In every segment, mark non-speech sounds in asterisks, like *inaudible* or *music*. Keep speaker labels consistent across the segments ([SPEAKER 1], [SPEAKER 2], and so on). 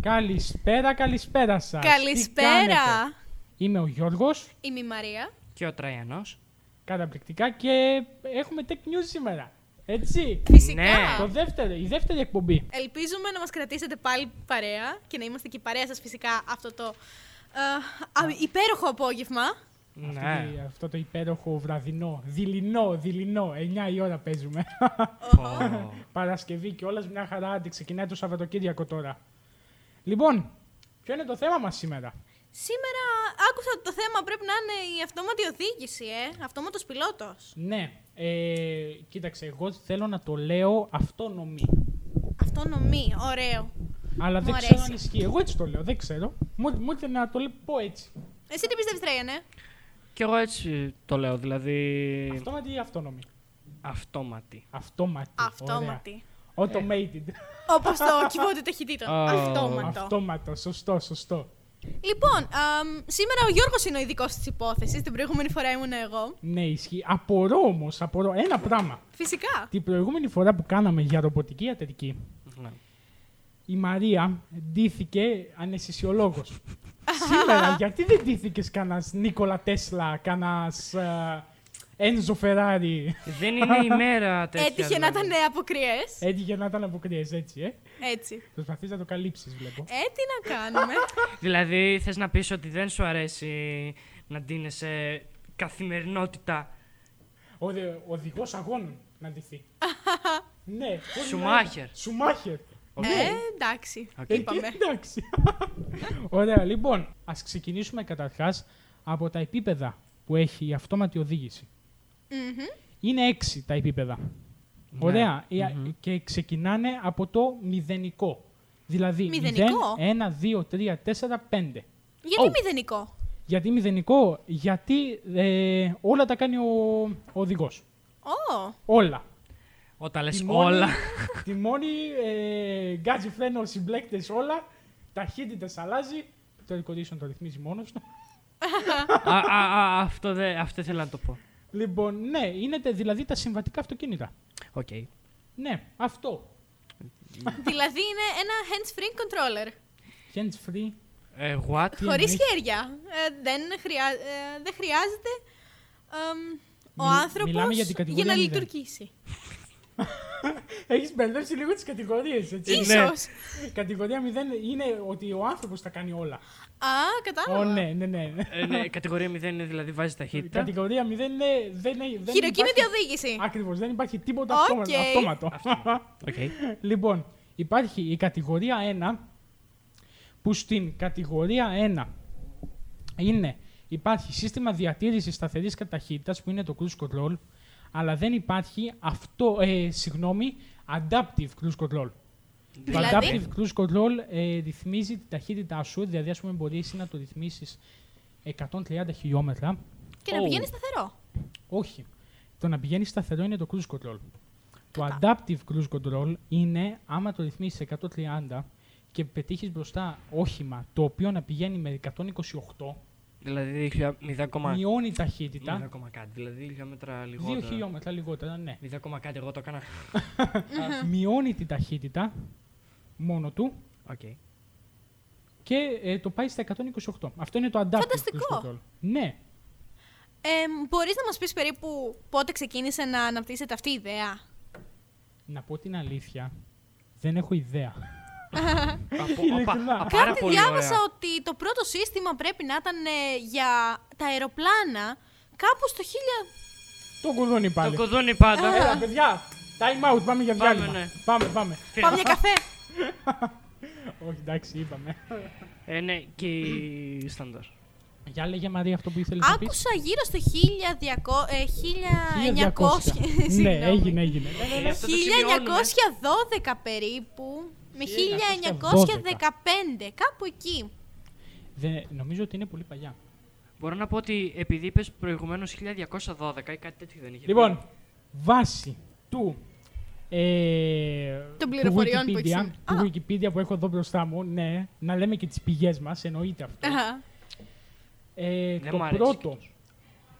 [SPEAKER 1] Καλησπέρα, καλησπέρα σας.
[SPEAKER 2] Καλησπέρα.
[SPEAKER 1] Είμαι ο Γιώργος,
[SPEAKER 2] Είμαι η Μαρία.
[SPEAKER 3] Και ο Τραϊανός.
[SPEAKER 1] καταπληκτικά και έχουμε tech news σήμερα. Έτσι.
[SPEAKER 2] Φυσικά.
[SPEAKER 3] Ναι.
[SPEAKER 1] Το δεύτερο, η δεύτερη εκπομπή.
[SPEAKER 2] Ελπίζουμε να μας κρατήσετε πάλι παρέα και να είμαστε και η παρέα σας φυσικά αυτό το ε, α, υπέροχο απόγευμα.
[SPEAKER 3] Ναι.
[SPEAKER 1] Αυτή- αυτό το υπέροχο βραδινό, δειλινό, δειλινό. 9 η ώρα παίζουμε. *laughs*
[SPEAKER 3] Πω.
[SPEAKER 1] Παρασκευή και όλας μια χαρά. Άντε, ξεκινάει το Σαββατοκύριακο τώρα. Λοιπόν, ποιο είναι το θέμα μας σήμερα.
[SPEAKER 2] Σήμερα άκουσα ότι το θέμα πρέπει να είναι η αυτόματη οδήγηση, ε, αυτόματος πιλότος.
[SPEAKER 1] Ναι, ε, κοίταξε, εγώ θέλω να το λέω αυτόνομη.
[SPEAKER 2] Αυτονομή, ωραίο.
[SPEAKER 1] Αλλά
[SPEAKER 2] Μου
[SPEAKER 1] δεν
[SPEAKER 2] αρέσει.
[SPEAKER 1] ξέρω αν ισχύει. Εγώ έτσι το λέω, δεν ξέρω. Μου, μου ήρθε να το λέω πω έτσι.
[SPEAKER 2] Εσύ τι πιστεύεις, Τρέιανε.
[SPEAKER 3] Κι εγώ έτσι το λέω, δηλαδή.
[SPEAKER 1] Αυτόματη ή αυτόνομη.
[SPEAKER 3] Αυτόματη.
[SPEAKER 1] Αυτόματη.
[SPEAKER 2] Αυτόματη.
[SPEAKER 1] Ωραία. Automated.
[SPEAKER 2] Όπως το κυβότι ταχυτήτων.
[SPEAKER 3] Α,
[SPEAKER 2] Αυτόματο.
[SPEAKER 1] Αυτόματο, σωστό, σωστό.
[SPEAKER 2] Λοιπόν, αμ, σήμερα ο Γιώργος είναι ο ειδικός της υπόθεσης. Την προηγούμενη φορά ήμουν εγώ.
[SPEAKER 1] Ναι, ισχύει. Απορώ όμως, απορώ ένα πράγμα.
[SPEAKER 2] Φυσικά.
[SPEAKER 1] Την προηγούμενη φορά που κάναμε για ρομποτική ιατρική,
[SPEAKER 3] Ναι.
[SPEAKER 1] η Μαρία ντύθηκε αναισθησιολόγος. Σήμερα, γιατί δεν ντύθηκες κανένας Νίκολα Τέσλα, ε, κανένα Ένζο Φεράρι.
[SPEAKER 3] Δεν είναι η
[SPEAKER 1] *laughs*
[SPEAKER 3] μέρα τέτοια.
[SPEAKER 2] Έτυχε να ήταν
[SPEAKER 3] δηλαδή.
[SPEAKER 2] αποκριές.
[SPEAKER 1] Έτυχε να ήταν αποκριές, έτσι, ε.
[SPEAKER 2] Έτσι.
[SPEAKER 1] Προσπαθείς να το καλύψεις, βλέπω.
[SPEAKER 2] Ε, τι να κάνουμε.
[SPEAKER 1] *laughs*
[SPEAKER 3] Δηλαδή, θες να πεις ότι δεν σου αρέσει να ντύνεσαι καθημερινότητα
[SPEAKER 1] Ο οδηγός αγώνων να
[SPEAKER 2] *laughs*
[SPEAKER 1] ντυθεί. ναι. πώς
[SPEAKER 3] Σουμάχερ.
[SPEAKER 1] να- Σουμάχερ.
[SPEAKER 2] ε, εντάξει.
[SPEAKER 3] Οκ.
[SPEAKER 1] Ε,
[SPEAKER 2] Είπαμε.
[SPEAKER 1] και- Εντάξει. *laughs* Ωραία, λοιπόν, ας ξεκινήσουμε καταρχάς από τα επίπεδα που έχει η αυτόματη οδήγηση.
[SPEAKER 2] Μμμ.
[SPEAKER 1] Είναι έξι τα επίπεδα.
[SPEAKER 3] Ναι.
[SPEAKER 1] Ωραία. Ε,
[SPEAKER 3] Μμμ.
[SPEAKER 1] Και ξεκινάνε από το μηδενικό. Δηλαδή,
[SPEAKER 2] Μηδενικό?
[SPEAKER 1] 1, 2, 3, 4, 5.
[SPEAKER 2] Γιατί
[SPEAKER 3] Ω.
[SPEAKER 2] μηδενικό.
[SPEAKER 1] Γιατί μηδενικό, γιατί ε, όλα τα κάνει ο, ο οδηγός.
[SPEAKER 2] Ω.
[SPEAKER 1] Όλα.
[SPEAKER 3] όταν λες
[SPEAKER 1] Τιμόνι,
[SPEAKER 3] όλα. *laughs*
[SPEAKER 1] Τιμόνι, ε, γκάζι φρένο, συμπλέκτες όλα. Ταχύτητε αλλάζει. Το air condition το ρυθμίζει μόνος του.
[SPEAKER 3] α, α, α, αυτό, δε, αυτό ήθελα να το πω.
[SPEAKER 1] Λοιπόν, ναι, είναι τε- δηλαδή τα συμβατικά αυτοκίνητα.
[SPEAKER 3] Οκ.
[SPEAKER 1] Ναι, αυτό.
[SPEAKER 2] δηλαδή είναι ένα hands-free controller.
[SPEAKER 1] Hands free.
[SPEAKER 3] Ε, what?
[SPEAKER 1] Τι
[SPEAKER 2] Χωρίς
[SPEAKER 1] εννοείς?
[SPEAKER 2] χέρια. Ε, δεν, χρειά... ε, δεν χρειάζεται εμ, ο
[SPEAKER 1] Μι-
[SPEAKER 2] άνθρωπος
[SPEAKER 1] μιλάμε για την κατηγορία
[SPEAKER 2] να
[SPEAKER 1] μηδέν.
[SPEAKER 2] λειτουργήσει.
[SPEAKER 1] Έχεις μπερδέψει λίγο τις κατηγορίες, έτσι.
[SPEAKER 2] Ίσως.
[SPEAKER 1] Κατηγορία 0 είναι ότι ο άνθρωπος τα κάνει όλα.
[SPEAKER 2] Α, κατάλαβα.
[SPEAKER 1] Ω, ναι, ναι, ναι.
[SPEAKER 3] Ε, ναι, κατηγορία 0 είναι δηλαδή βάζει ταχύτητα.
[SPEAKER 1] Κατηγορία 0 είναι. Δεν, είναι- δεν
[SPEAKER 2] Χειροκίνητη οδήγηση.
[SPEAKER 1] Ακριβώς, δεν υπάρχει τίποτα
[SPEAKER 2] Οκ.
[SPEAKER 1] αυτόμα- αυτόματο.
[SPEAKER 3] Οκ.
[SPEAKER 1] Λοιπόν, υπάρχει η κατηγορία 1, που στην κατηγορία 1 είναι, υπάρχει σύστημα διατήρησης σταθερής ταχύτητας, που είναι το cruise control, αλλά δεν υπάρχει αυτό, ε, συγγνώμη, adaptive cruise control. Το
[SPEAKER 2] Δηλαδή?
[SPEAKER 1] adaptive cruise control ε, ρυθμίζει την ταχύτητά σου, δηλαδή ας πούμε μπορείς εσύ να το ρυθμίσεις 130 χιλιόμετρα.
[SPEAKER 2] Και να
[SPEAKER 3] Ω.
[SPEAKER 2] πηγαίνεις σταθερό.
[SPEAKER 1] Όχι. Το να πηγαίνεις σταθερό είναι το cruise control. Το
[SPEAKER 2] Κατά.
[SPEAKER 1] adaptive cruise control είναι άμα το ρυθμίσεις 130 και πετύχεις μπροστά όχημα το οποίο να πηγαίνει με 128,
[SPEAKER 3] Δηλαδή 0,0
[SPEAKER 1] μειώνει ταχύτητα.
[SPEAKER 3] κάτι. Δηλαδή χιλιόμετρα
[SPEAKER 1] 2
[SPEAKER 3] λιγότερα.
[SPEAKER 1] χιλιόμετρα λιγότερα, ναι.
[SPEAKER 3] 0, κάτι, εγώ το έκανα.
[SPEAKER 1] μειώνει την ταχύτητα μόνο του
[SPEAKER 3] Οκ.
[SPEAKER 1] *laughs* και ε, το πάει στα 128. Αυτό είναι το adaptive
[SPEAKER 2] Φανταστικό.
[SPEAKER 1] cruise control. Ναι.
[SPEAKER 2] Ε, Μπορείς να μας πεις περίπου πότε ξεκίνησε να αναπτύσσεται αυτή η ιδέα.
[SPEAKER 1] Να πω την αλήθεια, δεν έχω ιδέα.
[SPEAKER 3] Απο-
[SPEAKER 1] Ειλικρινά.
[SPEAKER 3] απα- α, πάρα
[SPEAKER 2] Κάτι
[SPEAKER 3] πολύ
[SPEAKER 2] διάβασα
[SPEAKER 3] ωραία.
[SPEAKER 2] ότι το πρώτο σύστημα πρέπει να ήταν ε, για τα αεροπλάνα κάπου στο 1000.
[SPEAKER 1] Το κουδούνι πάλι.
[SPEAKER 3] Το κουδούνι πάντα.
[SPEAKER 2] Ε,
[SPEAKER 1] Έλα, παιδιά, time out, πάμε για
[SPEAKER 3] Πάμε,
[SPEAKER 1] διάλειμμα.
[SPEAKER 3] ναι.
[SPEAKER 1] Πάμε, πάμε.
[SPEAKER 2] Πάμε για καφέ.
[SPEAKER 1] *laughs* Όχι, εντάξει, είπαμε.
[SPEAKER 3] Ε, ναι, και η
[SPEAKER 2] Ε,
[SPEAKER 3] στάνταρ.
[SPEAKER 1] Για λέγε Μαρία αυτό που ήθελες να πεις.
[SPEAKER 2] Άκουσα γύρω στο 1200, ε, 1900.
[SPEAKER 1] 1900.
[SPEAKER 2] *laughs*
[SPEAKER 1] ναι,
[SPEAKER 2] συγγνώμη.
[SPEAKER 1] έγινε, έγινε.
[SPEAKER 3] Ε, αυτό το σημειώνουμε.
[SPEAKER 2] 1912 περίπου με 1915, κάπου εκεί.
[SPEAKER 1] Δεν- νομίζω ότι είναι πολύ παλιά.
[SPEAKER 3] Μπορώ να πω ότι επειδή είπες προηγουμένως 1212 ή κάτι τέτοιο δεν είχε. πει.
[SPEAKER 1] Λοιπόν, βάση του. Ε,
[SPEAKER 2] Των
[SPEAKER 1] του
[SPEAKER 2] πληροφοριών που
[SPEAKER 1] Wikipedia,
[SPEAKER 2] έχεις.
[SPEAKER 1] Του
[SPEAKER 2] Α.
[SPEAKER 1] Wikipedia που έχω εδώ μπροστά μου, ναι, να λέμε και τις πηγές μας, εννοείται αυτό.
[SPEAKER 2] Αχα.
[SPEAKER 1] Ε,
[SPEAKER 3] Δεν
[SPEAKER 1] το
[SPEAKER 3] μ' αρέσει
[SPEAKER 1] πρώτο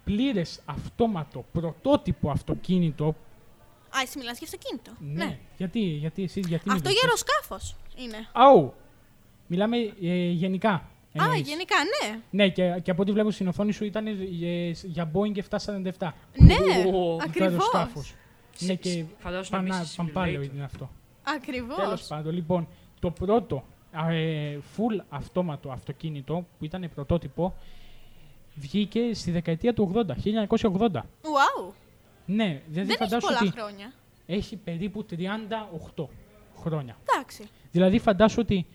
[SPEAKER 1] πλήρες αυτόματο πρωτότυπο αυτοκίνητο.
[SPEAKER 2] Α, εσύ μιλάς για αυτοκίνητο.
[SPEAKER 1] Ναι. Γιατί, γιατί εσείς, γιατί
[SPEAKER 2] Ναι. Αυτό για
[SPEAKER 1] μιλήσατε.
[SPEAKER 2] αεροσκάφο είναι.
[SPEAKER 1] Αου, Μιλάμε ε, γενικά.
[SPEAKER 2] Α,
[SPEAKER 1] εννοείς.
[SPEAKER 2] γενικά, ναι.
[SPEAKER 1] Ναι, και, και από ό,τι βλέπω στην οθόνη σου ήταν ε, ε, για Boeing 747.
[SPEAKER 2] Ναι,
[SPEAKER 3] Ω,
[SPEAKER 1] Αυτό το
[SPEAKER 2] ακριβώς.
[SPEAKER 1] σκάφος. Ναι,
[SPEAKER 3] Σ-
[SPEAKER 1] και
[SPEAKER 3] σ- φαντάζομαι να
[SPEAKER 1] πανά,
[SPEAKER 3] μπεις σε
[SPEAKER 1] παμπάλαιο
[SPEAKER 3] simulator.
[SPEAKER 1] είναι αυτό. Τέλο
[SPEAKER 2] Ακριβώς.
[SPEAKER 1] πάντων, λοιπόν, το πρώτο α, ε, full αυτόματο αυτοκίνητο που ήταν πρωτότυπο βγήκε στη δεκαετία του 80, 1980.
[SPEAKER 2] Wow.
[SPEAKER 1] Ναι, δηλαδή
[SPEAKER 2] Δεν έχει
[SPEAKER 1] φαντάσου
[SPEAKER 2] πολλά
[SPEAKER 1] ότι
[SPEAKER 2] χρόνια.
[SPEAKER 1] έχει περίπου 38 χρόνια.
[SPEAKER 2] Εντάξει.
[SPEAKER 1] Δηλαδή φαντάσου ότι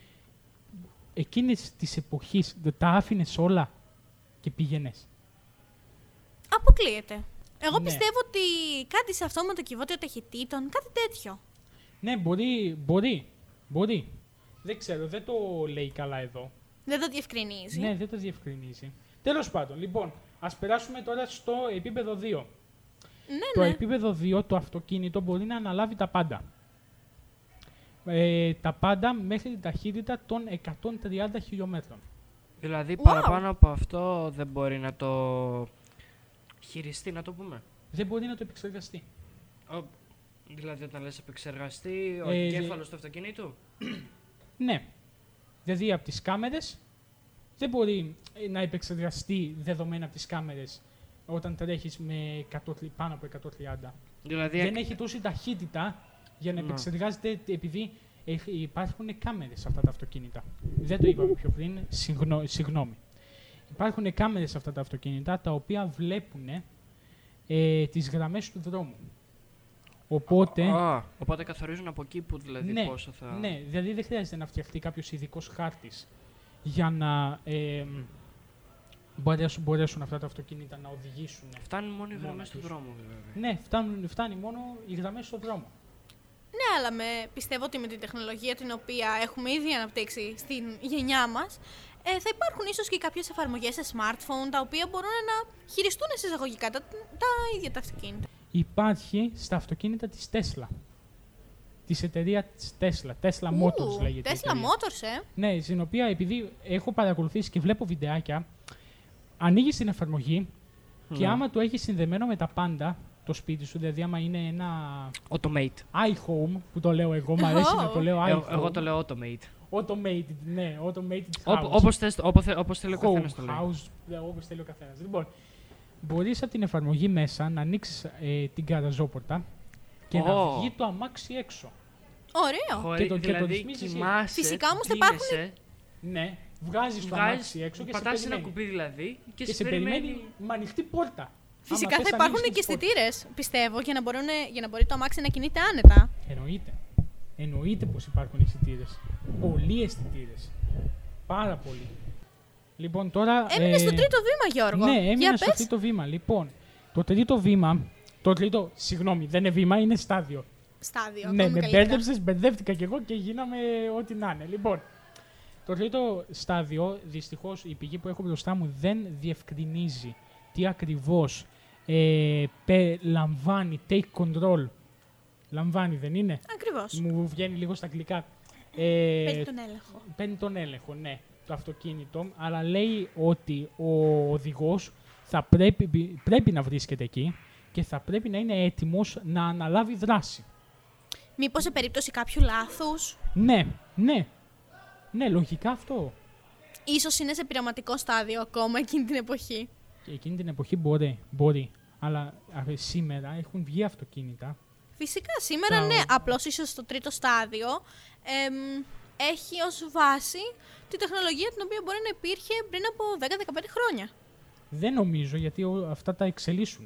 [SPEAKER 1] εκείνες της εποχής τα άφηνες όλα και πήγαινες.
[SPEAKER 2] Αποκλείεται. Εγώ
[SPEAKER 1] Ναι.
[SPEAKER 2] πιστεύω ότι κάτι σε αυτό με το κυβότιο ταχυτήτων, κάτι τέτοιο.
[SPEAKER 1] Ναι, μπορεί, μπορεί, μπορεί. Δεν ξέρω, δεν το λέει καλά εδώ.
[SPEAKER 2] Δεν το διευκρινίζει.
[SPEAKER 1] Ναι, δεν το διευκρινίζει. Τέλος πάντων, λοιπόν, ας περάσουμε τώρα στο επίπεδο 2.
[SPEAKER 2] ναι.
[SPEAKER 1] Το
[SPEAKER 2] ναι.
[SPEAKER 1] επίπεδο 2 το αυτοκίνητο μπορεί να αναλάβει τα πάντα. Ε, τα πάντα μέχρι την ταχύτητα των 130 χιλιόμετρων.
[SPEAKER 3] Δηλαδή
[SPEAKER 2] Wow.
[SPEAKER 3] παραπάνω από αυτό δεν μπορεί να το χειριστεί, να το πούμε.
[SPEAKER 1] Δεν μπορεί να το επεξεργαστεί.
[SPEAKER 3] Ο- δηλαδή όταν λες επεξεργαστή, ο
[SPEAKER 1] Ε,
[SPEAKER 3] εγκέφαλος του αυτοκινήτου.
[SPEAKER 1] Ναι. Δηλαδή από τις κάμερες δεν μπορεί ε, να επεξεργαστεί δεδομένα από τις κάμερες όταν τρέχεις με 100, πάνω από 130.
[SPEAKER 3] Δηλαδή
[SPEAKER 1] δεν έχει τόση ταχύτητα για να
[SPEAKER 3] Ναι.
[SPEAKER 1] επεξεργάζεται επειδή έχ- υπάρχουν κάμερες σε αυτά τα αυτοκίνητα. Δεν το είπαμε πιο πριν, συγγνώ- συγγνώμη. Υπάρχουν κάμερες σε αυτά τα αυτοκίνητα τα οποία βλέπουν ε, τις γραμμές του δρόμου. Οπότε.
[SPEAKER 3] Α, οπότε καθορίζουν από εκεί που δηλαδή
[SPEAKER 1] ναι,
[SPEAKER 3] πόσο θα...
[SPEAKER 1] ναι, δηλαδή δεν χρειάζεται να φτιαχτεί κάποιος ειδικός χάρτης για να ε, μ, μπορέσουν, μπορέσουν αυτά τα αυτοκίνητα να οδηγήσουν.
[SPEAKER 3] Φτάνουν μόνο οι
[SPEAKER 1] Μόνα
[SPEAKER 3] γραμμές του
[SPEAKER 1] τους.
[SPEAKER 3] δρόμου δηλαδή.
[SPEAKER 1] Ναι, φτάνουν, φτάνει μόνο οι γραμμές στον δρόμο.
[SPEAKER 2] Ναι, αλλά με, πιστεύω ότι με την τεχνολογία την οποία έχουμε ήδη αναπτύξει στην γενιά μας, ε, θα υπάρχουν ίσως και κάποιες εφαρμογές σε smartphone τα οποία μπορούν να χειριστούν εισαγωγικά τα, τα ίδια τα αυτοκίνητα.
[SPEAKER 1] υπάρχει στα αυτοκίνητα της Tesla. Της εταιρεία της Tesla. Tesla Motors λέγεται. η
[SPEAKER 2] Tesla
[SPEAKER 1] εταιρεία.
[SPEAKER 2] Motors, ε.
[SPEAKER 1] Ναι, στην οποία επειδή έχω παρακολουθήσει και βλέπω βιντεάκια, ανοίγεις την εφαρμογή και
[SPEAKER 3] Ναι.
[SPEAKER 1] άμα το έχεις συνδεμένο με τα πάντα το σπίτι σου, δηλαδή άμα είναι ένα
[SPEAKER 3] Automate.
[SPEAKER 1] iHome που το λέω εγώ, μου αρέσει
[SPEAKER 2] Oh.
[SPEAKER 1] να το λέω iHome.
[SPEAKER 3] Ε, εγώ το λέω automate.
[SPEAKER 1] Automated, ναι, automated house.
[SPEAKER 3] Όπου- Όπως θες, όπου θε- όπως θέλει ο
[SPEAKER 1] Home,
[SPEAKER 3] καθένας το λέει.
[SPEAKER 1] house, δε- όπως θέλει ο καθένας. Λοιπόν, μπορείς από την εφαρμογή μέσα να ανοίξεις ε, την καραζόπορτα και να
[SPEAKER 3] Ω.
[SPEAKER 1] βγει το αμάξι έξω.
[SPEAKER 2] Ωραίο.
[SPEAKER 3] Χωρί-
[SPEAKER 1] το- και το
[SPEAKER 3] δηλαδή
[SPEAKER 1] ρυθμίζεις εσύ.
[SPEAKER 3] κοιμάσαι,
[SPEAKER 2] Φυσικά όμως
[SPEAKER 3] ντύνεσαι,
[SPEAKER 2] υπάρχουν-
[SPEAKER 1] Ναι, βγάζεις το
[SPEAKER 3] βγάζεις-
[SPEAKER 1] αμάξι έξω και σε
[SPEAKER 3] πατάς
[SPEAKER 1] περιμένει.
[SPEAKER 3] ένα κουμπί δηλαδή και,
[SPEAKER 1] και, σε περιμένει με ανοιχτή πόρτα.
[SPEAKER 2] Φυσικά
[SPEAKER 1] Άμα
[SPEAKER 2] θα
[SPEAKER 1] θες,
[SPEAKER 2] υπάρχουν
[SPEAKER 1] ανοίγεις
[SPEAKER 2] και
[SPEAKER 1] την πόρτα.
[SPEAKER 2] αισθητήρες, πιστεύω, για να, μπορούνε- για να μπορεί το αμάξι να κινείται άνετα.
[SPEAKER 1] Εννοείται. Εννοείται πως υπάρχουν αισθητήρες. Πολλοί αισθητήρες. Πάρα πολλοί. Λοιπόν, τώρα...
[SPEAKER 2] Έμεινε στο τρίτο βήμα, Γιώργο.
[SPEAKER 1] Ναι, έμεινα
[SPEAKER 2] για
[SPEAKER 1] στο
[SPEAKER 2] πες.
[SPEAKER 1] τρίτο βήμα. Λοιπόν, το τρίτο βήμα... Το τρίτο, συγγνώμη, δεν είναι βήμα, είναι στάδιο.
[SPEAKER 2] Στάδιο.
[SPEAKER 1] Ναι,
[SPEAKER 2] ακόμη
[SPEAKER 1] με
[SPEAKER 2] καλύτερα.
[SPEAKER 1] μπέρδεψες, μπερδεύτηκα κι εγώ και γίναμε ό,τι να είναι. Λοιπόν, το τρίτο στάδιο, δυστυχώς η πηγή που έχω μπροστά μου δεν διευκρινίζει τι ακριβώς ε, πε- λαμβάνει, take control. Λαμβάνει, δεν είναι.
[SPEAKER 2] Ακριβώς.
[SPEAKER 1] Μου βγαίνει λίγο στα αγγλικά. Ε,
[SPEAKER 2] Παίρνει τον έλεγχο.
[SPEAKER 1] παίρνει τον έλεγχο, ναι, το αυτοκίνητο, αλλά λέει ότι ο οδηγός θα πρέπει, πρέπει να βρίσκεται εκεί και θα πρέπει να είναι έτοιμος να αναλάβει δράση.
[SPEAKER 2] Μήπως σε περίπτωση κάποιου λάθους,
[SPEAKER 1] Ναι, ναι. Ναι, λογικά αυτό.
[SPEAKER 2] ίσως είναι σε πειραματικό στάδιο ακόμα εκείνη την εποχή.
[SPEAKER 1] Και εκείνη την εποχή μπορεί, μπορεί. Αλλά α, σήμερα έχουν βγει αυτοκίνητα.
[SPEAKER 2] Φυσικά σήμερα
[SPEAKER 1] Τα-
[SPEAKER 2] ναι, απλώς ίσως στο τρίτο στάδιο εμ, έχει ως βάση τη τεχνολογία την οποία μπορεί να υπήρχε πριν από 10-15 χρόνια.
[SPEAKER 1] Δεν νομίζω γιατί ο- αυτά τα εξελίσσουν.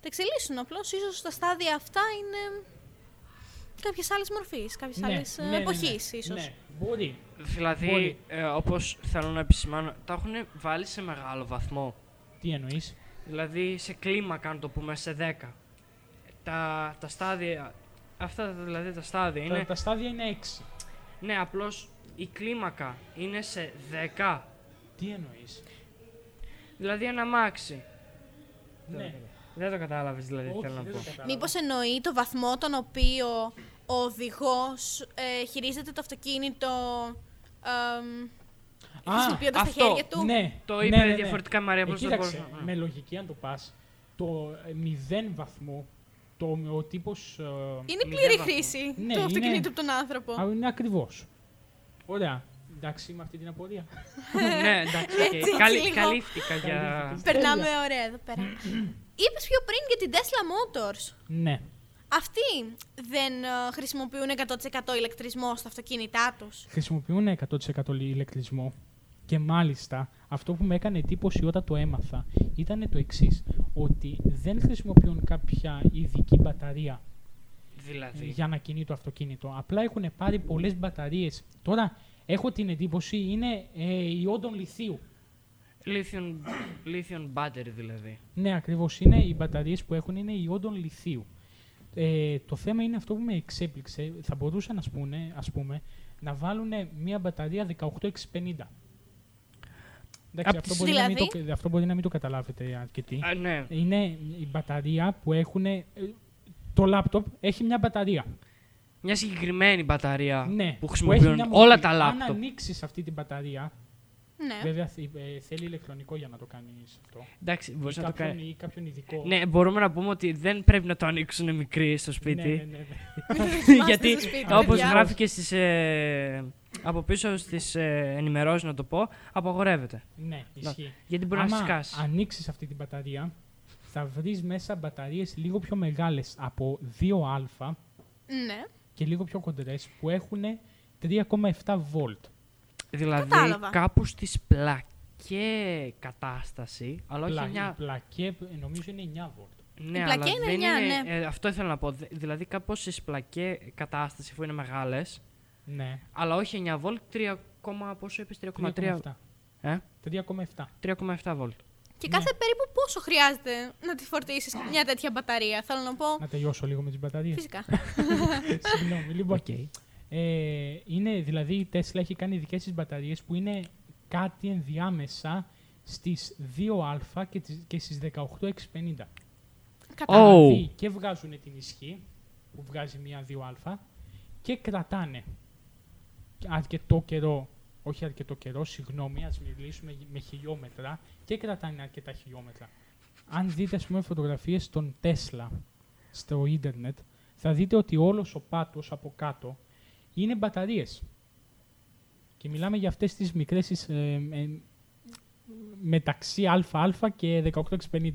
[SPEAKER 2] Τα εξελίσσουν απλώς, ίσως τα στάδια αυτά είναι κάποιες άλλες μορφής, κάποιες άλλες ε, εποχής ίσως.
[SPEAKER 1] Ναι, μπορεί. Μπορεί.
[SPEAKER 3] Δηλαδή, ε, όπως θέλω να επισημάνω, τα έχουν βάλει σε μεγάλο βαθμό.
[SPEAKER 1] Τι εννοείς.
[SPEAKER 3] Δηλαδή σε κλίμακα, αν το πούμε, σε 10. Τα, τα στάδια, αυτά δηλαδή τα στάδια είναι...
[SPEAKER 1] Τα, τα στάδια είναι 6.
[SPEAKER 3] Ναι, απλώς η κλίμακα είναι σε 10.
[SPEAKER 1] Τι εννοείς.
[SPEAKER 3] Δηλαδή ένα μάξι.
[SPEAKER 1] Ναι.
[SPEAKER 3] Δεν το κατάλαβες δηλαδή,
[SPEAKER 1] Όχι,
[SPEAKER 3] θέλω να
[SPEAKER 1] δεν
[SPEAKER 3] πω.
[SPEAKER 1] το κατάλαβα.
[SPEAKER 2] Μήπως εννοεί το βαθμό τον οποίο ο οδηγός ε, χειρίζεται το αυτοκίνητο εμ,
[SPEAKER 1] Α,
[SPEAKER 2] χρησιμοποιώντας τα
[SPEAKER 3] αυτό,
[SPEAKER 2] χέρια του.
[SPEAKER 1] Ναι,
[SPEAKER 3] Το
[SPEAKER 1] ναι,
[SPEAKER 3] είπε
[SPEAKER 1] ναι, ναι.
[SPEAKER 3] διαφορετικά η Μαρία,
[SPEAKER 1] Ε,
[SPEAKER 3] απλώς δεν
[SPEAKER 1] κοίταξε,
[SPEAKER 3] μπορούσα.
[SPEAKER 1] με λογική αν το πας, το ε, μηδέν βαθμό, το, ο τύπος... ε,
[SPEAKER 2] Είναι
[SPEAKER 3] Μηδέν
[SPEAKER 2] πλήρη
[SPEAKER 3] βαθμό.
[SPEAKER 2] χρήση
[SPEAKER 1] Ναι,
[SPEAKER 2] του
[SPEAKER 1] είναι-
[SPEAKER 2] αυτοκινήτου από τον άνθρωπο.
[SPEAKER 1] Α, είναι ακριβώς. Ωραία. Εντάξει, με αυτή την απορία.
[SPEAKER 3] *laughs* ναι, εντάξει. οκ.
[SPEAKER 2] Έτσι,
[SPEAKER 3] Καλύ-
[SPEAKER 2] λίγο.
[SPEAKER 3] καλύφθηκα για.
[SPEAKER 1] Καλύφθηκες.
[SPEAKER 2] Περνάμε ωραία εδώ πέρα. *clears throat* Είπες πιο πριν για την Tesla Motors.
[SPEAKER 1] ναι.
[SPEAKER 2] Αυτοί δεν ε, χρησιμοποιούν 100% ηλεκτρισμό στα αυτοκίνητά τους.
[SPEAKER 1] Χρησιμοποιούν 100% ηλεκτρισμό. Και μάλιστα αυτό που με έκανε εντύπωση όταν το έμαθα ήταν το εξής: Ότι δεν χρησιμοποιούν κάποια ειδική μπαταρία ε,
[SPEAKER 3] Δηλαδή.
[SPEAKER 1] για να κινεί το αυτοκίνητο. Απλά έχουν πάρει πολλές μπαταρίες. Τώρα έχω την εντύπωση είναι ε, ιόντων λιθίου.
[SPEAKER 3] Lithium, lithium battery δηλαδή.
[SPEAKER 1] Ναι, ακριβώς είναι. Οι μπαταρίες που έχουν είναι ιόντων λιθίου. Ε, το θέμα είναι αυτό που με εξέπληξε. Θα μπορούσαν, ας πούμε, ας πούμε να βάλουν μια μπαταρία 18650. Εντάξει,
[SPEAKER 3] Απ'
[SPEAKER 1] αυτό,
[SPEAKER 3] τις-
[SPEAKER 1] μπορεί να μην
[SPEAKER 2] δηλαδή?
[SPEAKER 1] το, αυτό μπορεί να μην το καταλάβετε αρκετοί.
[SPEAKER 3] Α, ναι.
[SPEAKER 1] Είναι η μπαταρία που έχουν. το λάπτοπ έχει μια μπαταρία.
[SPEAKER 3] Μια συγκεκριμένη μπαταρία
[SPEAKER 1] ναι,
[SPEAKER 3] που
[SPEAKER 1] έχει μια ναι,
[SPEAKER 3] χρησιμοποιούν
[SPEAKER 1] μορφή.
[SPEAKER 3] όλα τα
[SPEAKER 1] Αν
[SPEAKER 3] λάπτοπ.
[SPEAKER 1] ανοίξεις αυτή την μπαταρία,
[SPEAKER 2] Ναι.
[SPEAKER 1] βέβαια θ- ε, θέλει ηλεκτρονικό για να το κάνεις αυτό.
[SPEAKER 3] Εντάξει, μπορείς
[SPEAKER 1] ή,
[SPEAKER 3] να το
[SPEAKER 1] κάποιον,
[SPEAKER 3] κάνει.
[SPEAKER 1] ή κάποιον ειδικό.
[SPEAKER 3] Ναι, μπορούμε να πούμε ότι δεν πρέπει να το ανοίξουν μικροί στο
[SPEAKER 1] ναι, ναι,
[SPEAKER 3] *laughs* σπίτι.
[SPEAKER 1] ναι, ναι. *laughs*
[SPEAKER 3] γιατί
[SPEAKER 2] στο σπίτι,
[SPEAKER 3] όπω
[SPEAKER 2] παιδιά.
[SPEAKER 3] γράφει και στις, ε, από πίσω στις ε, ενημερώσεις, να το πω, απαγορεύεται.
[SPEAKER 1] Ναι, ισχύει.
[SPEAKER 3] Γιατί μπορεί να σκάσει.
[SPEAKER 1] ανοίξεις αυτή την μπαταρία, θα βρεις μέσα μπαταρίες λίγο πιο μεγάλες από 2α
[SPEAKER 2] Ναι.
[SPEAKER 1] και λίγο πιο κοντρές που έχουν 3,7 volt.
[SPEAKER 3] Δηλαδή
[SPEAKER 2] Κατάλαβα.
[SPEAKER 3] κάπου στι πλακέ κατάσταση, αλλά όχι
[SPEAKER 1] Πλα-
[SPEAKER 3] μια.
[SPEAKER 1] Πλακέ, νομίζω είναι 9 volt.
[SPEAKER 3] Ναι,
[SPEAKER 2] Η πλακέ
[SPEAKER 3] αλλά
[SPEAKER 2] είναι
[SPEAKER 3] δεν
[SPEAKER 2] εννιά,
[SPEAKER 3] είναι-
[SPEAKER 2] ναι.
[SPEAKER 3] ε, αυτό ήθελα να πω. Δε- Δηλαδή κάπως στις πλακέ κατάσταση, που είναι μεγάλες,
[SPEAKER 1] Ναι,
[SPEAKER 3] αλλά όχι 9 βολτ, 3, κόμμα- πόσο είπες, 3,3.
[SPEAKER 1] 3,7.
[SPEAKER 3] Ε?
[SPEAKER 1] 3,7.
[SPEAKER 3] 3,7 βολτ.
[SPEAKER 1] Ναι.
[SPEAKER 2] Και κάθε περίπου πόσο χρειάζεται να τη φορτίσεις μια τέτοια μπαταρία, θέλω να πω.
[SPEAKER 1] Να τελειώσω λίγο με τις μπαταρίες.
[SPEAKER 2] Φυσικά.
[SPEAKER 1] *laughs* Συγγνώμη, λοιπόν. Ε, είναι, δηλαδή η Tesla έχει κάνει δικές της μπαταρίες που είναι κάτι ενδιάμεσα στις 2α και, τις- και στις 18650.
[SPEAKER 2] Κατάλαβα.
[SPEAKER 3] Oh.
[SPEAKER 1] Δηλαδή και βγάζουν την ισχύ που βγάζει μία 2α και κρατάνε αρκετό καιρό, όχι αρκετό καιρό, συγγνώμη, ας μιλήσουμε με χιλιόμετρα και κρατάνε αρκετά χιλιόμετρα. Αν δείτε, ας πούμε, φωτογραφίες των Τέσλα στο ίντερνετ, θα δείτε ότι όλος ο πάτος από κάτω είναι μπαταρίες. Και μιλάμε για αυτές τις μικρές τις, ε, ε, μεταξύ ΑΑ και 18650.